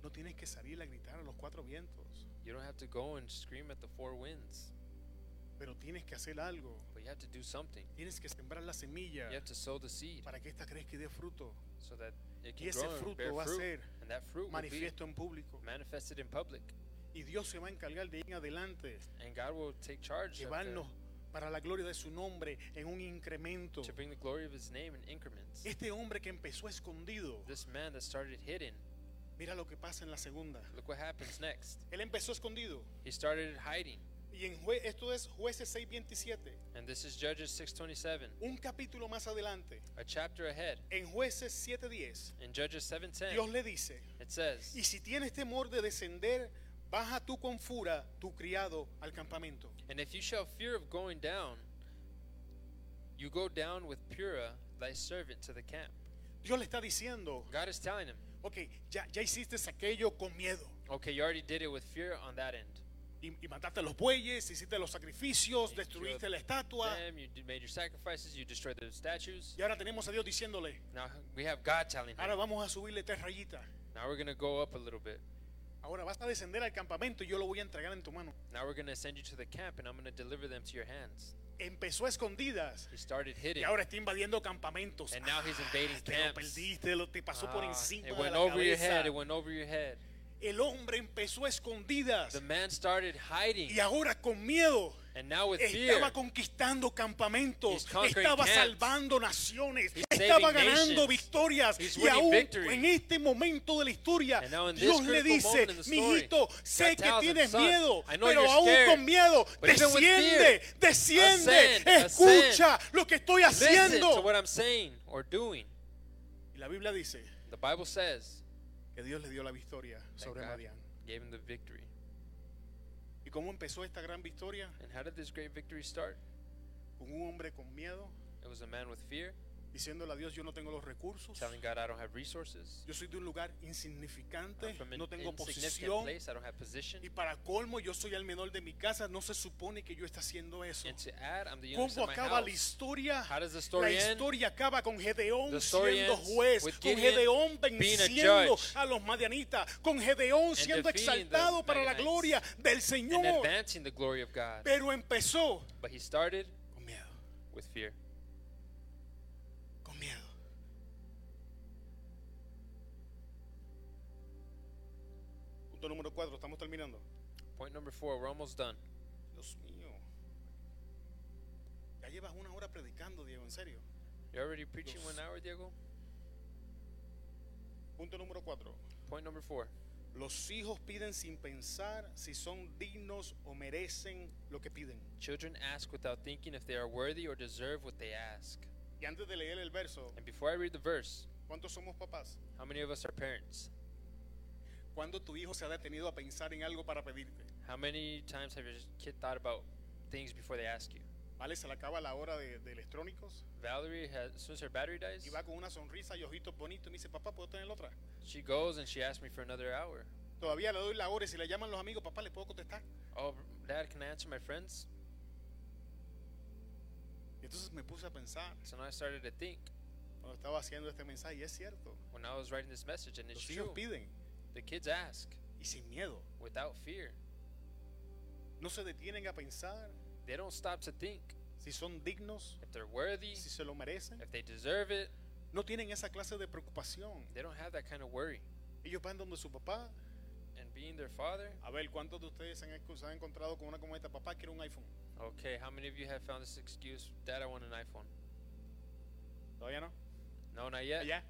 S2: No tienes que salir a gritar a los cuatro vientos,
S3: You don't have to go and scream at the four winds,
S2: pero tienes que hacer algo.
S3: but you have to do something.
S2: Tienes que sembrar la semilla
S3: You have to sow the seed
S2: para que esta crezca y dé fruto
S3: so that it
S2: Y
S3: can
S2: ese
S3: grow and
S2: fruto
S3: bear
S2: va a
S3: fruit,
S2: ser
S3: and that fruit will be
S2: manifiesto en público.
S3: manifested in public.
S2: Y Dios se va a encargar de ir en adelante,
S3: And God will take charge of the-
S2: llevarnos para la gloria de su nombre en un incremento.
S3: to bring the glory of His name in increments.
S2: Este hombre que empezó escondido,
S3: This man that started hidden,
S2: mira lo que pasa en la segunda.
S3: look what happens next.
S2: Él empezó escondido.
S3: He started hiding,
S2: Y en jue- esto es jueces 6:27,
S3: and this is Judges 6:27,
S2: un capítulo más adelante,
S3: a chapter ahead.
S2: en jueces 7:10,
S3: In
S2: Dios
S3: Judges 7:10,
S2: le dice,
S3: it says,
S2: y si tienes temor de descender, baja tú con fura tu criado al campamento.
S3: And if you shall fear of going down, you go down with Pura, thy servant, to the camp.
S2: Dios le está diciendo,
S3: God is telling him,
S2: ok, ya, ya hiciste aquello con miedo.
S3: okay, you already did it with fear on that end.
S2: y, y mataste los bueyes, hiciste los sacrificios,
S3: You
S2: destruiste
S3: killed
S2: la estatua.
S3: Them, you d- made your sacrifices, you destroyed the statues.
S2: Y ahora tenemos a Dios diciéndole,
S3: Now we have God telling
S2: ahora
S3: him.
S2: vamos a subirle tres rayitas.
S3: Now we're going to go up a little bit.
S2: Ahora vas a descender al campamento y yo lo voy a entregar en tu mano.
S3: Now we're going to send you to the camp and I'm going to deliver them to your hands.
S2: Empezó a escondidas
S3: He started
S2: y
S3: hitting.
S2: ahora está invadiendo campamentos.
S3: And now he's invading
S2: Ah, te lo
S3: camps.
S2: perdiste, lo- te pasó por
S3: Ah,
S2: encima
S3: it
S2: de
S3: went
S2: la
S3: over your
S2: cabeza.
S3: head. It went over your head.
S2: El hombre empezó a escondidas
S3: The man started hiding.
S2: y ahora con miedo
S3: And now with fear,
S2: Estaba conquistando campamentos,
S3: He's conquering
S2: estaba
S3: camps.
S2: salvando naciones,
S3: He's
S2: estaba
S3: saving
S2: ganando
S3: nations.
S2: victorias
S3: He's
S2: y
S3: winning
S2: aún
S3: victories.
S2: en este momento de la historia
S3: And now in this
S2: Dios le
S3: critical
S2: dice,
S3: moment in the story,
S2: mijito, sé
S3: God
S2: que
S3: tells him,
S2: tienes
S3: "Son,
S2: miedo,
S3: I know
S2: pero
S3: you're
S2: aún
S3: scared,
S2: con miedo,
S3: but even with
S2: desciende,
S3: fear,
S2: desciende,
S3: ascend,
S2: escucha lo que estoy
S3: listen to
S2: haciendo.
S3: what I'm saying or doing.
S2: Y la Biblia dice
S3: The Bible says
S2: que Dios le dio la victoria
S3: that
S2: sobre
S3: God
S2: Madián.
S3: gave him the victory.
S2: ¿Y cómo empezó esta gran victoria?
S3: And how did this great victory start?
S2: Con un hombre con miedo,
S3: It was a man with fear
S2: diciéndole a Dios, yo no tengo los recursos.
S3: telling God, I don't have resources.
S2: Yo soy de un lugar insignificante,
S3: I'm from an
S2: no tengo
S3: insignificant
S2: posición.
S3: place. I don't have position.
S2: Y para colmo, yo soy el menor de mi casa. No se supone que yo esté haciendo eso.
S3: And to add, I'm the youngest
S2: ¿Cómo
S3: in my
S2: acaba
S3: house.
S2: la historia?
S3: How does the
S2: La
S3: story end?
S2: historia acaba con Gedeón
S3: The story
S2: siendo
S3: ends
S2: juez,
S3: with
S2: con
S3: Gideon
S2: Gedeón
S3: being a
S2: venciendo
S3: judge.
S2: a los madianitas, con Gedeón siendo
S3: defeating the
S2: exaltado para la
S3: Madianites.
S2: gloria del
S3: And
S2: Señor.
S3: advancing the glory of God.
S2: Pero empezó
S3: But he started
S2: con miedo,
S3: with fear.
S2: con miedo. Punto número cuatro, estamos terminando.
S3: Point number four, we're almost done.
S2: Dios mío. Ya llevas una hora predicando, Diego, en serio.
S3: You're already preaching one hour, Diego?
S2: Punto número cuatro.
S3: Point number four.
S2: Los hijos piden sin pensar si son dignos o merecen lo que piden.
S3: Children ask without thinking if they are worthy or deserve what they ask.
S2: Y antes de leer el verso,
S3: And before I read the verse,
S2: ¿cuántos somos papás?
S3: how many of us are parents?
S2: ¿Cuándo tu hijo se ha detenido a pensar en algo para pedirte?
S3: How many times have your kid thought about things before they ask you?
S2: ¿Vale? Se le acaba la hora de, de electrónicos
S3: Valerie has as soon as her battery dies,
S2: y va con una sonrisa y ojitos bonitos y me dice, papá, ¿puedo tener otra?
S3: she goes and she asks me for another hour.
S2: Todavía le doy la hora y si le llaman los amigos, papá, ¿le puedo contestar?
S3: Oh, Dad, can I answer my friends?
S2: Y entonces me puse a pensar
S3: So now I started to think
S2: cuando estaba haciendo este mensaje y es cierto.
S3: when I was writing this message, and it's
S2: Los hijos
S3: true.
S2: piden
S3: The kids ask
S2: y sin miedo.
S3: without fear.
S2: No se detienen a pensar
S3: They don't stop to think
S2: si son dignos,
S3: if they're worthy,
S2: si se lo merecen.
S3: if they deserve it.
S2: No tienen esa clase de preocupación.
S3: They don't have that kind of worry.
S2: Ellos van donde su papá.
S3: And being their father,
S2: A ver, ¿cuántos de ustedes se han, escu- se han encontrado con una cometa? Papá, quiero un iPhone.
S3: okay, how many of you have found this excuse? Dad, I want an iPhone.
S2: ¿Todavía no?
S3: No, not yet.
S2: Allá.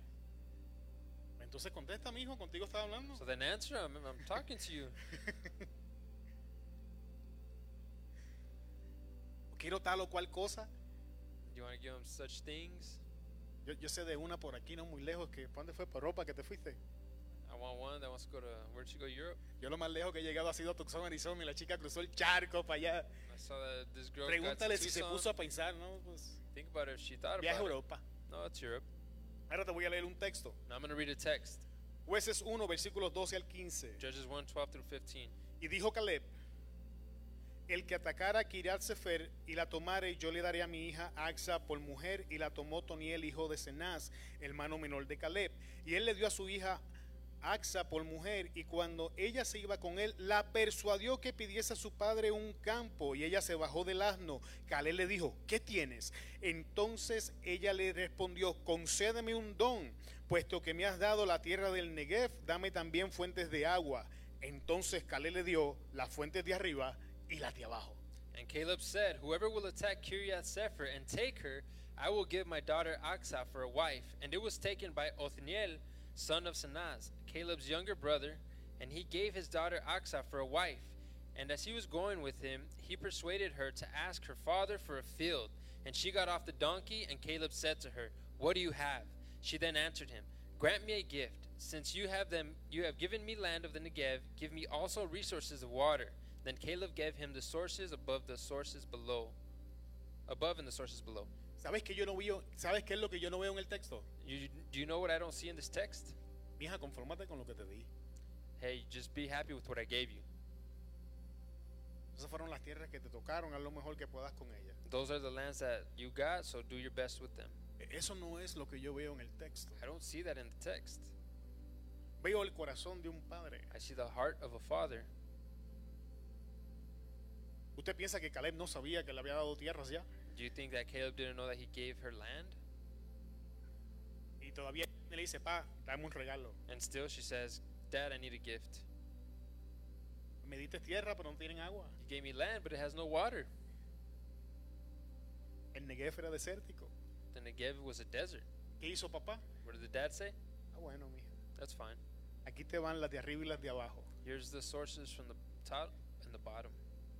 S2: Entonces contesta, mi hijo, contigo estaba hablando.
S3: So then answer him. I'm talking to you.
S2: Quiero tal o cual cosa.
S3: Do you want to give him such things?
S2: Yo, yo sé de una por aquí, no muy lejos, que ¿para ¿dónde fue? Por Europa, que te fuiste.
S3: I want one that wants to go to where'd she go? Europe.
S2: Yo lo más lejos que he llegado ha sido a Tucson, Arizona, y la chica cruzó el charco para allá.
S3: I saw that this girl. got to
S2: Pregúntale si se
S3: Tucson.
S2: puso a pensar, ¿no? Pues,
S3: Think about it if she thought
S2: viaje a
S3: about it.
S2: Europa.
S3: No, it's Europe.
S2: Ahora te voy a leer un texto.
S3: Now I'm gonna read a text.
S2: Jueces 1, versículos 12 al 15.
S3: Judges 1, 12 through 15.
S2: Y dijo Caleb, el que atacara a Kiriat Sefer y la tomare, yo le daré a mi hija Axa por mujer, y la tomó Toniel, hijo de Cenaz, hermano menor de Caleb. Y él le dio a su hija Axa por mujer, y cuando ella se iba con él, la persuadió que pidiese a su padre un campo, y ella se bajó del asno. Caleb le dijo, ¿qué tienes? Entonces ella le respondió, concédeme un don, puesto que me has dado la tierra del Negev, dame también fuentes de agua. Entonces Caleb le dio las fuentes de arriba y las de abajo.
S3: And Caleb said, Whoever will attack Kiriath Sefer and take her, I will give my daughter Aksa for a wife. And it was taken by Othniel, son of Sanaz, Caleb's younger brother, and he gave his daughter Aksa for a wife. And as he was going with him, he persuaded her to ask her father for a field. And she got off the donkey, and Caleb said to her, What do you have? She then answered him, Grant me a gift. Since you have them you have given me land of the Negev, give me also resources of water. Then Caleb gave him the sources above the sources below. Above and the sources below.
S2: ¿Sabes qué yo no veo? ¿Sabes qué es lo que yo no veo en el texto?
S3: You, do you know what I don't see in this text?
S2: Mija, confórmate con lo que te di.
S3: Hey, just be happy with what I gave you.
S2: Esas fueron las tierras que te tocaron, haz lo mejor que puedas con ellas.
S3: Those are the lands that you got, so do your best with them.
S2: E- Eso no es lo que yo veo en el texto.
S3: I don't see that in the text.
S2: Veo el corazón de un padre.
S3: I see the heart of a father.
S2: ¿Usted piensa que Caleb no sabía que le había dado tierras ya?
S3: Do you think that Caleb didn't know that he gave her land?
S2: Y todavía le dice, pa, dame un regalo.
S3: And still she says, Dad, I need a gift.
S2: Me diste tierra, pero no tienen agua.
S3: You gave me land, but it has no water.
S2: El Negev era desértico.
S3: The Negev was a desert.
S2: ¿Qué hizo papá?
S3: What did the dad say?
S2: Ah, bueno, mija.
S3: That's fine.
S2: Aquí te van las de arriba y las de abajo.
S3: Here's the sources from the top and the bottom.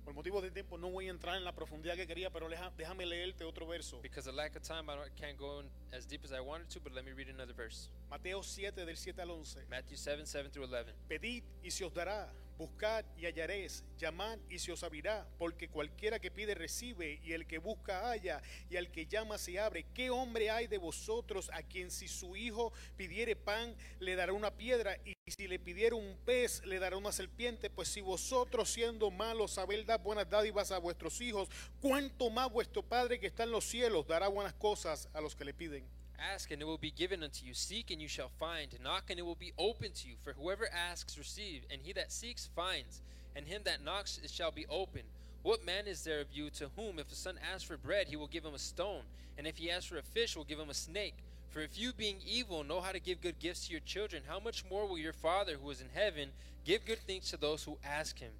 S2: Por motivo de tiempo no voy a entrar en la profundidad que quería, pero leja- déjame leerte otro verso.
S3: Because of lack of time, I don't, can't go in as deep as I wanted to, but let me read another verse.
S2: Mateo 7, del 7 al 11.
S3: Matthew 7, 7 through 11.
S2: Pedid y se os dará, buscad y hallaréis, llamad y se os abrirá, porque cualquiera que pide recibe, y el que busca halla, y al que llama se abre. ¿Qué hombre hay de vosotros a quien si su hijo pidiere pan, le dará una piedra, y si le pidiere un pez, le dará una serpiente? Pues si vosotros siendo malos sabéis dar buenas dádivas a vuestros hijos, ¿cuánto más vuestro Padre que está en los cielos dará buenas cosas a los que le piden?
S3: Ask, and it will be given unto you. Seek, and you shall find. Knock, and it will be open to you. For whoever asks, receive. And he that seeks, finds. And him that knocks, it shall be open. What man is there of you to whom, if a son asks for bread, he will give him a stone? And if he asks for a fish, will give him a snake? For if you, being evil, know how to give good gifts to your children, how much more will your Father who is in heaven give good things to those who ask him?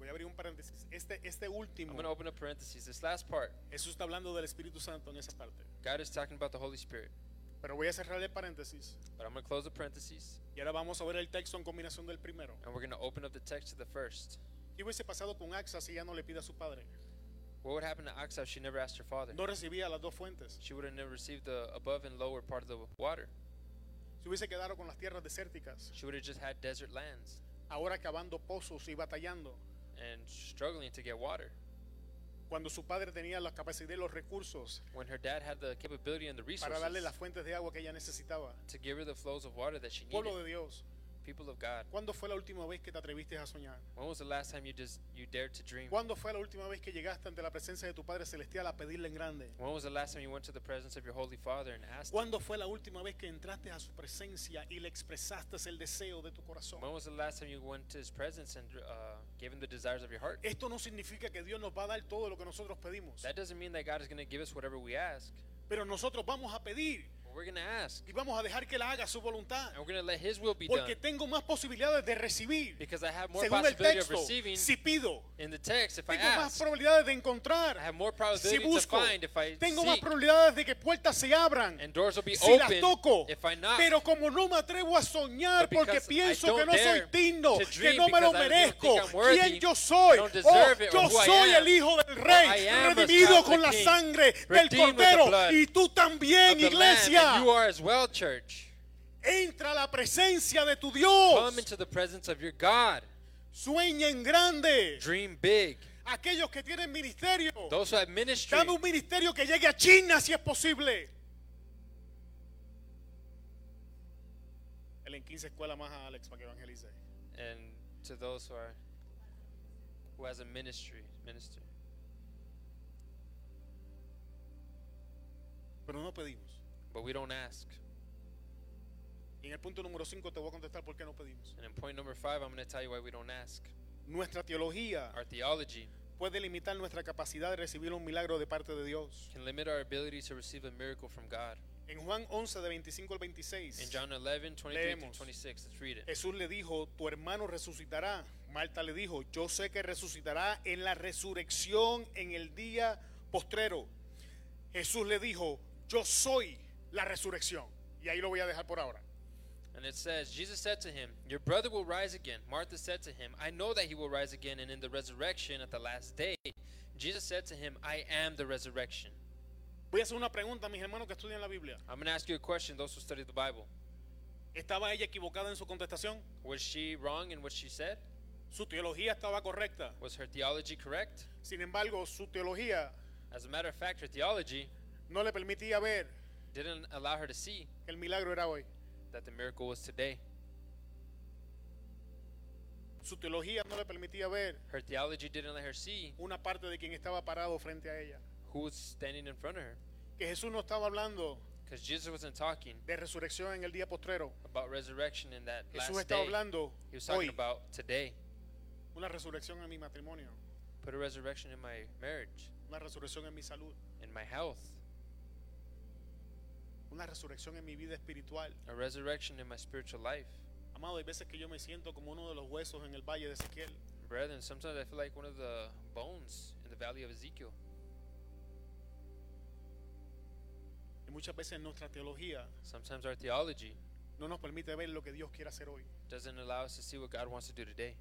S2: Voy a abrir un paréntesis. Este, este último,
S3: I'm going to open up parentheses. This last part,
S2: Jesús está hablando del Espíritu Santo en esa parte.
S3: God is talking about the Holy Spirit.
S2: Pero voy a cerrar el paréntesis.
S3: But I'm going to close the parentheses,
S2: Y ahora vamos a ver el texto en combinación del primero.
S3: and we're going to open up the text to the first.
S2: ¿Qué hubiese pasado con Axa si ya no le pide a su padre?
S3: What would happen to Aksa if she never asked her father?
S2: No recibía las dos fuentes.
S3: She would have never received the above and lower part of the water.
S2: Se hubiese quedado con las tierras desérticas.
S3: She would have just had desert lands
S2: Ahora cavando pozos y batallando.
S3: and struggling to get water.
S2: Cuando su padre tenía la capacidad y los recursos
S3: When her dad had the capability and the
S2: para
S3: resources
S2: darle las fuentes de agua que ella necesitaba.
S3: to give her the flows of water that she needed.
S2: Pueblo de Dios,
S3: People of God,
S2: ¿cuándo fue la última vez que te atreviste a soñar?
S3: when was the last time you just you dared to dream?
S2: ¿Cuándo fue la última vez que llegaste ante la presencia de tu Padre Celestial a pedirle en grande?
S3: When was the last time you went to the presence of your holy Father and asked? Him?
S2: ¿Cuándo fue la última vez que entraste a su presencia y le expresaste el deseo de tu corazón?
S3: When was the last time you went to His presence and uh, gave Him the desires of your heart?
S2: Esto no significa que Dios nos va a dar todo lo que nosotros pedimos,
S3: That doesn't mean that God is going to give us whatever we ask.
S2: pero nosotros vamos a pedir
S3: But we're going to ask,
S2: y vamos a dejar que Él haga su voluntad,
S3: and we're going to let His will be done.
S2: porque tengo más posibilidades de recibir,
S3: Because I have more
S2: según el
S3: possibility of
S2: texto,
S3: receiving
S2: si pido.
S3: in the text if I
S2: Tengo más
S3: ask.
S2: probabilidades de
S3: I
S2: encontrar,
S3: have more
S2: si
S3: probability to
S2: busco.
S3: find if I
S2: Tengo más
S3: seek,
S2: probabilidades de que puertas se abran,
S3: and doors will be
S2: si las
S3: open
S2: toco.
S3: if I knock.
S2: Pero como no me atrevo a soñar
S3: But
S2: porque
S3: because I
S2: pienso
S3: don't
S2: que no soy
S3: dare
S2: digno,
S3: to
S2: que
S3: dream
S2: no me lo
S3: because I don't
S2: merezco,
S3: think I'm worthy,
S2: quién yo soy,
S3: I don't
S2: oh,
S3: deserve it, or
S2: yo
S3: who I
S2: soy
S3: am,
S2: el hijo del
S3: or
S2: rey,
S3: I am a
S2: redimido
S3: child of
S2: con
S3: the
S2: la
S3: King,
S2: sangre del
S3: redeemed with the
S2: cordero
S3: blood
S2: y tú
S3: Of
S2: también,
S3: the Lamb, and
S2: iglesia,
S3: you are as well, church.
S2: entra a la presencia de tu
S3: Come
S2: Dios,
S3: into the presence of your God.
S2: sueña en grande.
S3: Dream big.
S2: Aquellos que tienen ministerio,
S3: Those who have ministry,
S2: dame un ministerio que llegue a China si es posible. El en 15 escuela más a Alex para que evangelice.
S3: and to those who are who has a ministry, minister.
S2: Pero no pedimos.
S3: But we don't ask.
S2: Y en el punto número 5 te voy a contestar por qué no pedimos.
S3: And in point number five, I'm going to tell you why we don't ask.
S2: Nuestra teología
S3: Our theology
S2: puede limitar nuestra capacidad de recibir un milagro de parte de Dios.
S3: can limit our ability to receive a miracle from God.
S2: En Juan 11, de 25 al
S3: In
S2: 26,
S3: John 11, 23 through
S2: Leemos.
S3: 26, let's read it.
S2: Jesús le dijo, tu hermano resucitará. Marta le dijo, yo sé que resucitará en la resurrección en el día postrero. Jesús le dijo, yo soy la resurrección. Y ahí lo voy a dejar por ahora.
S3: And it says, Jesus said to him, Your brother will rise again. Martha said to him, I know that he will rise again and in the resurrection at the last day. Jesus said to him, I am the resurrection.
S2: Voy a hacer una pregunta a mis hermanos que estudian la Biblia.
S3: I'm going to ask you a question, those who study the Bible.
S2: ¿Estaba ella equivocada en su contestación?
S3: Was she wrong in what she said?
S2: Su teología estaba correcta.
S3: Was her theology correct?
S2: Sin embargo, su teología
S3: As a matter of fact, her theology
S2: no le permitía ver
S3: didn't allow her to see
S2: que el milagro era hoy.
S3: that the miracle was today.
S2: Su teología no le permitía ver
S3: Her theology didn't let her see
S2: una parte de quien estaba parado frente a ella.
S3: who was standing in front of her
S2: Que Jesús no estaba hablando
S3: because Jesus wasn't talking
S2: de resurrección en el día postrero.
S3: about resurrection in that
S2: Jesús
S3: last
S2: estaba
S3: day.
S2: hablando
S3: He was
S2: hoy
S3: talking about today.
S2: una resurrección en mi matrimonio,
S3: Put a resurrection in my marriage,
S2: una resurrección en mi salud,
S3: in my health,
S2: una resurrección en mi vida espiritual.
S3: a resurrection in my spiritual life.
S2: Amado, hay veces que yo me siento como uno de los huesos en el valle de Ezequiel.
S3: Brethren, sometimes I feel like one of the bones in the valley of Ezekiel.
S2: Y muchas veces nuestra teología
S3: Sometimes our theology
S2: no nos permite ver lo que Dios quiere hacer hoy.
S3: doesn't allow us to see what God wants to do today.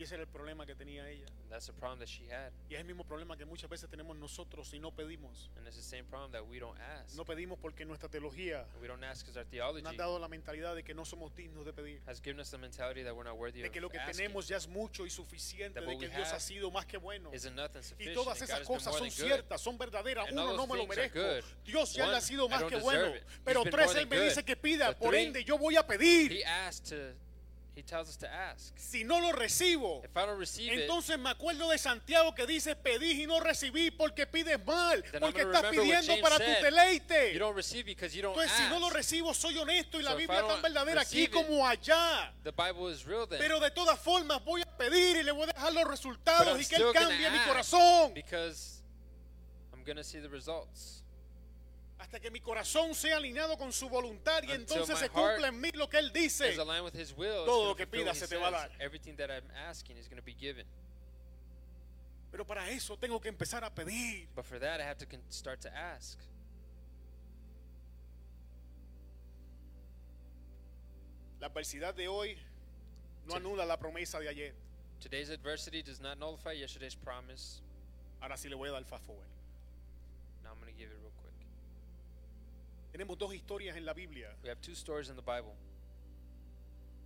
S2: Y ese era el problema que tenía ella.
S3: And that's the problem that she had.
S2: Y es el mismo problema que muchas veces tenemos nosotros y no pedimos.
S3: And it's the same problem that we don't ask.
S2: No pedimos porque nuestra teología
S3: And we don't ask because
S2: nos
S3: our
S2: ha
S3: theology
S2: dado la mentalidad de que no somos dignos de pedir.
S3: has given us the mentality that we're not worthy
S2: De
S3: of
S2: que lo que
S3: asking.
S2: tenemos ya es mucho y suficiente,
S3: That
S2: de
S3: what
S2: que
S3: we
S2: Dios
S3: have
S2: ha sido más que bueno.
S3: Is it nothing
S2: Y
S3: sufficient?
S2: todas esas
S3: and God has been
S2: cosas
S3: more
S2: son
S3: than good.
S2: ciertas, son verdaderas.
S3: And all
S2: Uno no
S3: those
S2: me lo
S3: things are
S2: merezco.
S3: good.
S2: Dios ya le ha
S3: One,
S2: sido
S3: I
S2: más
S3: don't
S2: que
S3: deserve
S2: bueno.
S3: it. He's
S2: Pero
S3: been
S2: tres, Él
S3: more than
S2: me
S3: good.
S2: dice que pida.
S3: But
S2: Por
S3: three,
S2: ende, yo voy a pedir.
S3: He asked to. He tells us to ask.
S2: Si no lo recibo,
S3: If I don't receive it,
S2: entonces me acuerdo de Santiago que dice, pedí y no recibí porque pides mal,
S3: I'm
S2: porque
S3: gonna
S2: estás
S3: remember what
S2: pidiendo
S3: James
S2: para tu
S3: said. you
S2: deleite.
S3: don't receive because you don't
S2: Entonces, si
S3: ask.
S2: no lo recibo, soy honesto y la
S3: So if I
S2: Biblia es tan
S3: don't
S2: verdadera aquí
S3: receive it,
S2: como allá.
S3: the Bible is real then.
S2: Pero de todas formas voy a pedir y le voy a dejar los
S3: but I'm
S2: resultados y que Él
S3: still gonna
S2: cambie mi
S3: ask
S2: corazón.
S3: because I'm gonna see the results.
S2: Hasta que mi corazón sea alineado con su voluntad y
S3: Until
S2: entonces
S3: my
S2: se
S3: heart
S2: cumpla en mí lo que Él dice.
S3: Is aligned with His will. it's
S2: Todo
S3: gonna
S2: lo que
S3: fulfill what
S2: pidas
S3: he
S2: se te va a
S3: says.
S2: dar.
S3: Everything that I'm asking is gonna be given.
S2: Pero para eso tengo que empezar a pedir.
S3: But for that, I have to con- start to ask.
S2: La adversidad de hoy no anula la promesa de ayer.
S3: Today's adversity does not nullify yesterday's promise.
S2: Ahora sí le voy a dar fast forward.
S3: Now I'm gonna give it real quick.
S2: Tenemos dos historias en la Biblia
S3: We have two stories in the Bible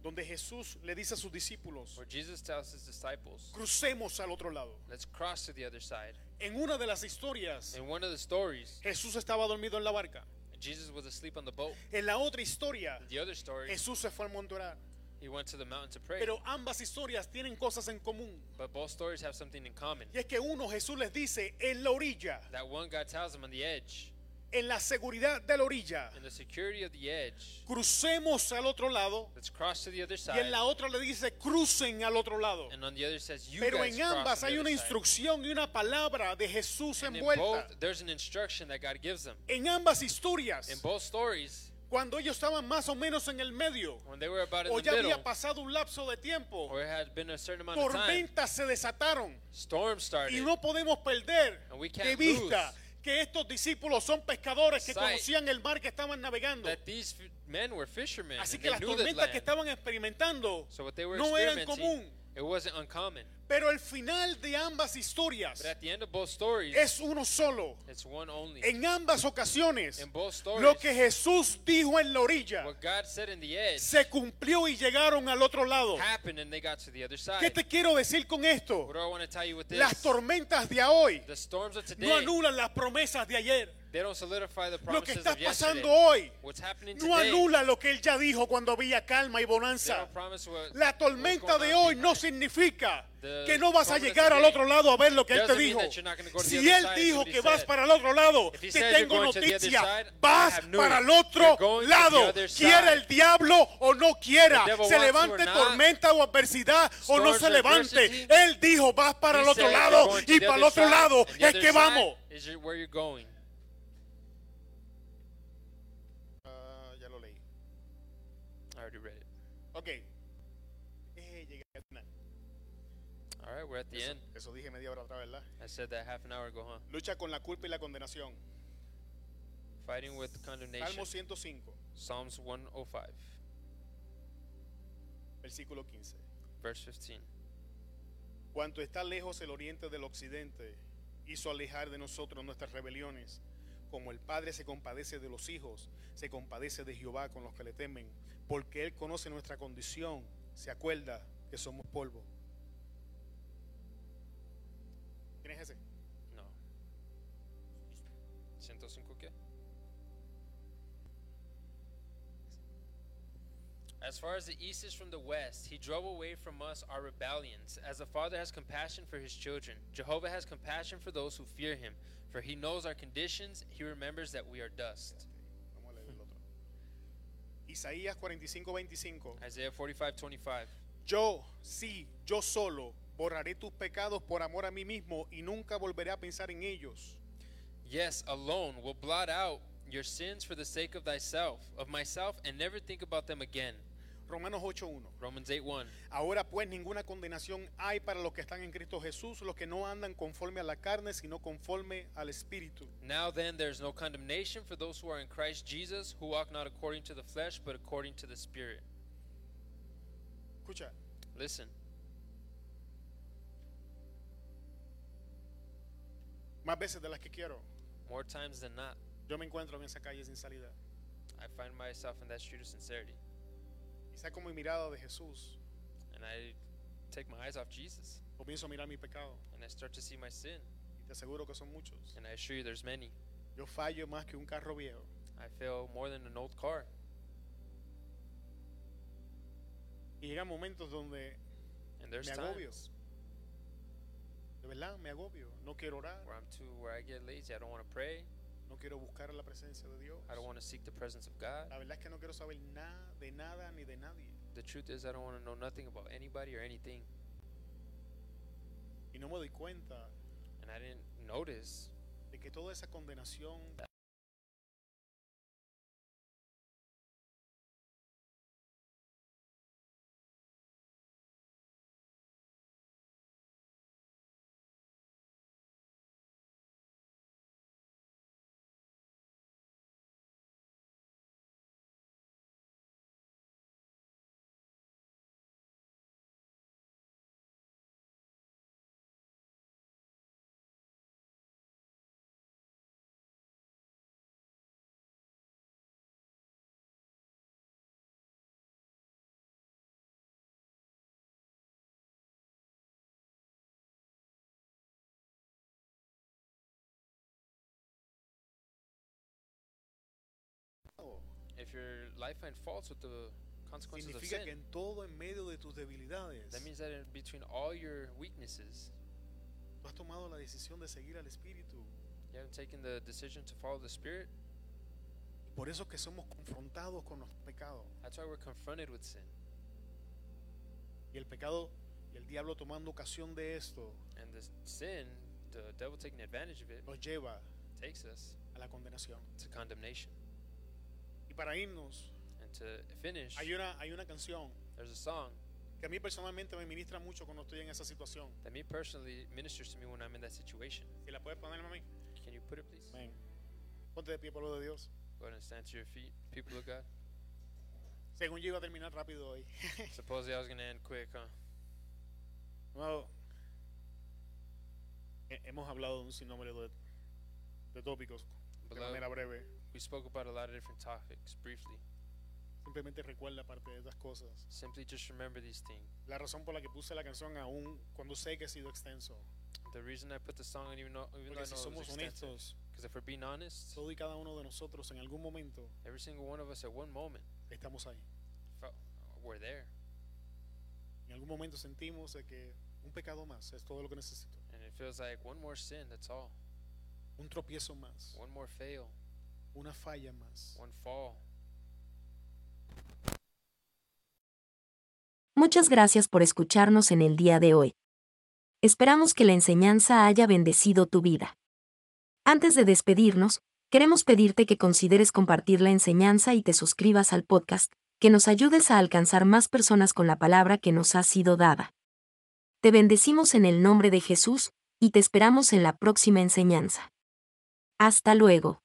S2: donde Jesús le dice a sus discípulos,
S3: where Jesus tells his disciples,
S2: crucemos al otro lado.
S3: "Let's cross to the other side."
S2: En una de las historias,
S3: In one of the stories,
S2: Jesús estaba dormido en la barca.
S3: Jesus was asleep on the boat.
S2: En la otra historia,
S3: In the other story,
S2: Jesús se fue al monte a orar.
S3: he went to the mountain to pray.
S2: Pero ambas historias tienen cosas en común.
S3: But both stories have something in common.
S2: Y es que uno Jesús les dice en la orilla,
S3: That one God tells him on the edge,
S2: en la seguridad de la orilla,
S3: in the security of the edge,
S2: crucemos al otro lado.
S3: let's cross to the other
S2: Y en
S3: side.
S2: la otra le dice, crucen al otro lado.
S3: And on the other says, you
S2: Pero
S3: guys
S2: en
S3: cross
S2: ambas
S3: on the
S2: hay
S3: other
S2: una
S3: side.
S2: instrucción y una palabra de Jesús
S3: And in
S2: envuelta.
S3: both, there's an instruction that God gives them.
S2: En ambas
S3: In
S2: historias,
S3: both stories,
S2: cuando ellos estaban más o menos en el medio,
S3: when they were about in
S2: o
S3: the
S2: ya
S3: middle,
S2: había pasado un lapso de tiempo,
S3: or it had been a certain amount of time,
S2: tormentas se desataron
S3: storms
S2: y
S3: started.
S2: no podemos perder
S3: And we can't
S2: de vista
S3: lose
S2: que estos discípulos son pescadores que
S3: sight
S2: conocían el mar que estaban navegando.
S3: That these f- men were fishermen,
S2: Así que
S3: and they
S2: las
S3: knew the
S2: tormentas que
S3: land.
S2: estaban experimentando
S3: So what they were
S2: no eran
S3: experiencing,
S2: común.
S3: it wasn't uncommon.
S2: Pero el final de ambas historias
S3: But at the end of both stories,
S2: es uno solo.
S3: it's one only.
S2: En ambas ocasiones,
S3: In both stories,
S2: lo que Jesús dijo en la orilla
S3: what God said in the edge
S2: se cumplió y llegaron al otro lado.
S3: happened and they got to the other
S2: ¿Qué
S3: side.
S2: te quiero decir con esto?
S3: What do I want to tell you with this?
S2: Las tormentas de hoy
S3: the storms of today,
S2: no anulan las promesas de ayer.
S3: they don't solidify the
S2: Lo que
S3: promises
S2: está
S3: of
S2: pasando
S3: yesterday.
S2: hoy
S3: What's happening
S2: no
S3: today,
S2: anula lo que él ya dijo cuando había calma y
S3: they
S2: bonanza.
S3: don't promise what,
S2: La tormenta
S3: what's going
S2: de
S3: on
S2: hoy no
S3: tonight.
S2: significa
S3: The
S2: que no vas a
S3: tormenta
S2: llegar al
S3: today
S2: otro lado a ver lo que él te
S3: doesn't mean
S2: dijo.
S3: that you're not gonna go to the
S2: Si
S3: other
S2: él
S3: side,
S2: dijo
S3: what he
S2: que vas
S3: said.
S2: para el otro lado,
S3: If he
S2: te
S3: says you're
S2: tengo
S3: going to the other
S2: noticia,
S3: side, I
S2: vas
S3: have news.
S2: para el
S3: You're
S2: otro
S3: going to the
S2: lado.
S3: other side.
S2: Quiera el diablo o no quiera,
S3: The devil
S2: se
S3: wants you or
S2: levante
S3: not,
S2: tormenta o adversidad o no
S3: storms
S2: se
S3: or
S2: levante.
S3: adversity,
S2: Él dijo, vas para
S3: He
S2: el otro
S3: said you're
S2: lado
S3: going to
S2: y
S3: the
S2: para el
S3: other
S2: other
S3: side,
S2: lado
S3: and the
S2: es
S3: other
S2: que
S3: side
S2: vamos.
S3: Is your- where you're going.
S2: Ah, ya lo leí.
S3: I already read it.
S2: Ok. Eh, llegué al final.
S3: All right, we're at the
S2: Eso,
S3: end.
S2: eso dije media hora atrás, ¿verdad?
S3: I said that half an hour ago, huh?
S2: Lucha con la culpa y la condenación.
S3: Fighting with condemnation.
S2: Salmo 105,
S3: Psalms 105,
S2: versículo 15.
S3: verse 15.
S2: Cuanto está lejos el oriente del occidente, hizo alejar de nosotros nuestras rebeliones. Como el Padre se compadece de los hijos, se compadece de Jehová con los que le temen, porque Él conoce nuestra condición, se acuerda que somos polvo. ¿Tienes ese?
S3: No. 105 qué? As far as the east is from the west, he drove away from us our rebellions. As a father has compassion for his children, Jehovah has compassion for those who fear him, for he knows our conditions, he remembers that we are dust.
S2: Vamos a leer el otro. Isaías 45, 25.
S3: Isaiah 45:25.
S2: Yo, sí, yo solo, borraré tus pecados por amor a mí mismo y nunca volveré a pensar en ellos.
S3: Yes, alone will blot out your sins for the sake of thyself, of myself, and never think about them again.
S2: Romanos 8.1.
S3: Romans 8:1.
S2: Ahora pues ninguna condenación hay para los que están en Cristo Jesús, los que no andan conforme a la carne, sino conforme al Espíritu.
S3: Now then, there is no condemnation for those who are in Christ Jesus, who walk not according to the flesh, but according to the Spirit.
S2: Escucha,
S3: Listen,
S2: más veces de las que quiero,
S3: more times than not,
S2: yo me encuentro en esa calle sin salida.
S3: I find myself in that street of sincerity,
S2: Y saco mi mirada de Jesús,
S3: and I take my eyes off Jesus,
S2: comienzo a mirar mi pecado.
S3: and I start to see my sin.
S2: Y te aseguro que son muchos.
S3: And I assure you, there's many.
S2: Yo fallo más que un carro viejo.
S3: I fail more than an old car.
S2: Y llegan momentos donde
S3: And there's
S2: me agobio.
S3: times
S2: De verdad, me agobio. No quiero orar,
S3: where I'm too, where I get lazy. I don't want to pray.
S2: no quiero buscar la presencia de Dios.
S3: I don't want to seek the presence of God.
S2: La verdad es que no quiero saber nada de nada ni de nadie.
S3: The truth is, I don't want to know nothing about anybody or anything.
S2: Y no me doy cuenta
S3: And I didn't notice
S2: de que toda esa condenación oh,
S3: if your life finds faults with the consequences of sin.
S2: significa que en todo, en medio de tus debilidades,
S3: That means that in between all your weaknesses,
S2: tú has tomado la decisión de seguir al Espíritu.
S3: you haven't taken the decision to follow the Spirit.
S2: Por eso es que somos confrontados con los pecados.
S3: That's why we're confronted with sin.
S2: Y el pecado y el diablo tomando ocasión de esto
S3: And the sin, the devil taking advantage of it,
S2: nos lleva
S3: takes us
S2: a la condenación.
S3: to condemnation.
S2: Y para irnos,
S3: And to finish,
S2: hay una, hay una canción
S3: there's a song
S2: que a mí personalmente me ministra mucho cuando estoy en esa situación.
S3: that me personally ministers to me when I'm in that situation.
S2: Si la puedes poner, mami.
S3: Can you put it, please?
S2: Amén. Ponte de pie, pueblo de Dios.
S3: Go ahead and stand to your feet, people of God.
S2: Según yo iba a terminar rápido hoy.
S3: Supposedly I was going to end quick, huh?
S2: Amado, he- hemos hablado de un sinnúmero de, de tópicos de
S3: Beloved,
S2: manera breve.
S3: we spoke about a lot of different topics briefly.
S2: Simplemente recuerda parte de estas cosas.
S3: Simply just remember these things.
S2: La razón por la que puse la canción aún cuando sé que he sido extenso.
S3: The reason I put the song, and even though, even though
S2: Porque
S3: I
S2: si
S3: know it was
S2: somos
S3: extensive,
S2: honestos,
S3: Because if we're being honest,
S2: todo y cada uno de nosotros en algún momento
S3: every single one of us at one moment
S2: estamos ahí.
S3: felt we're there.
S2: En algún momento sentimos de que un pecado más es todo lo que necesito.
S3: And it feels like one more sin, that's all.
S2: Un tropiezo más,
S3: One more fail,
S2: una falla más.
S3: one fall.
S1: Muchas gracias por escucharnos en el día de hoy. Esperamos que la enseñanza haya bendecido tu vida. Antes de despedirnos, queremos pedirte que consideres compartir la enseñanza y te suscribas al podcast, que nos ayudes a alcanzar más personas con la palabra que nos ha sido dada. Te bendecimos en el nombre de Jesús, y te esperamos en la próxima enseñanza. Hasta luego.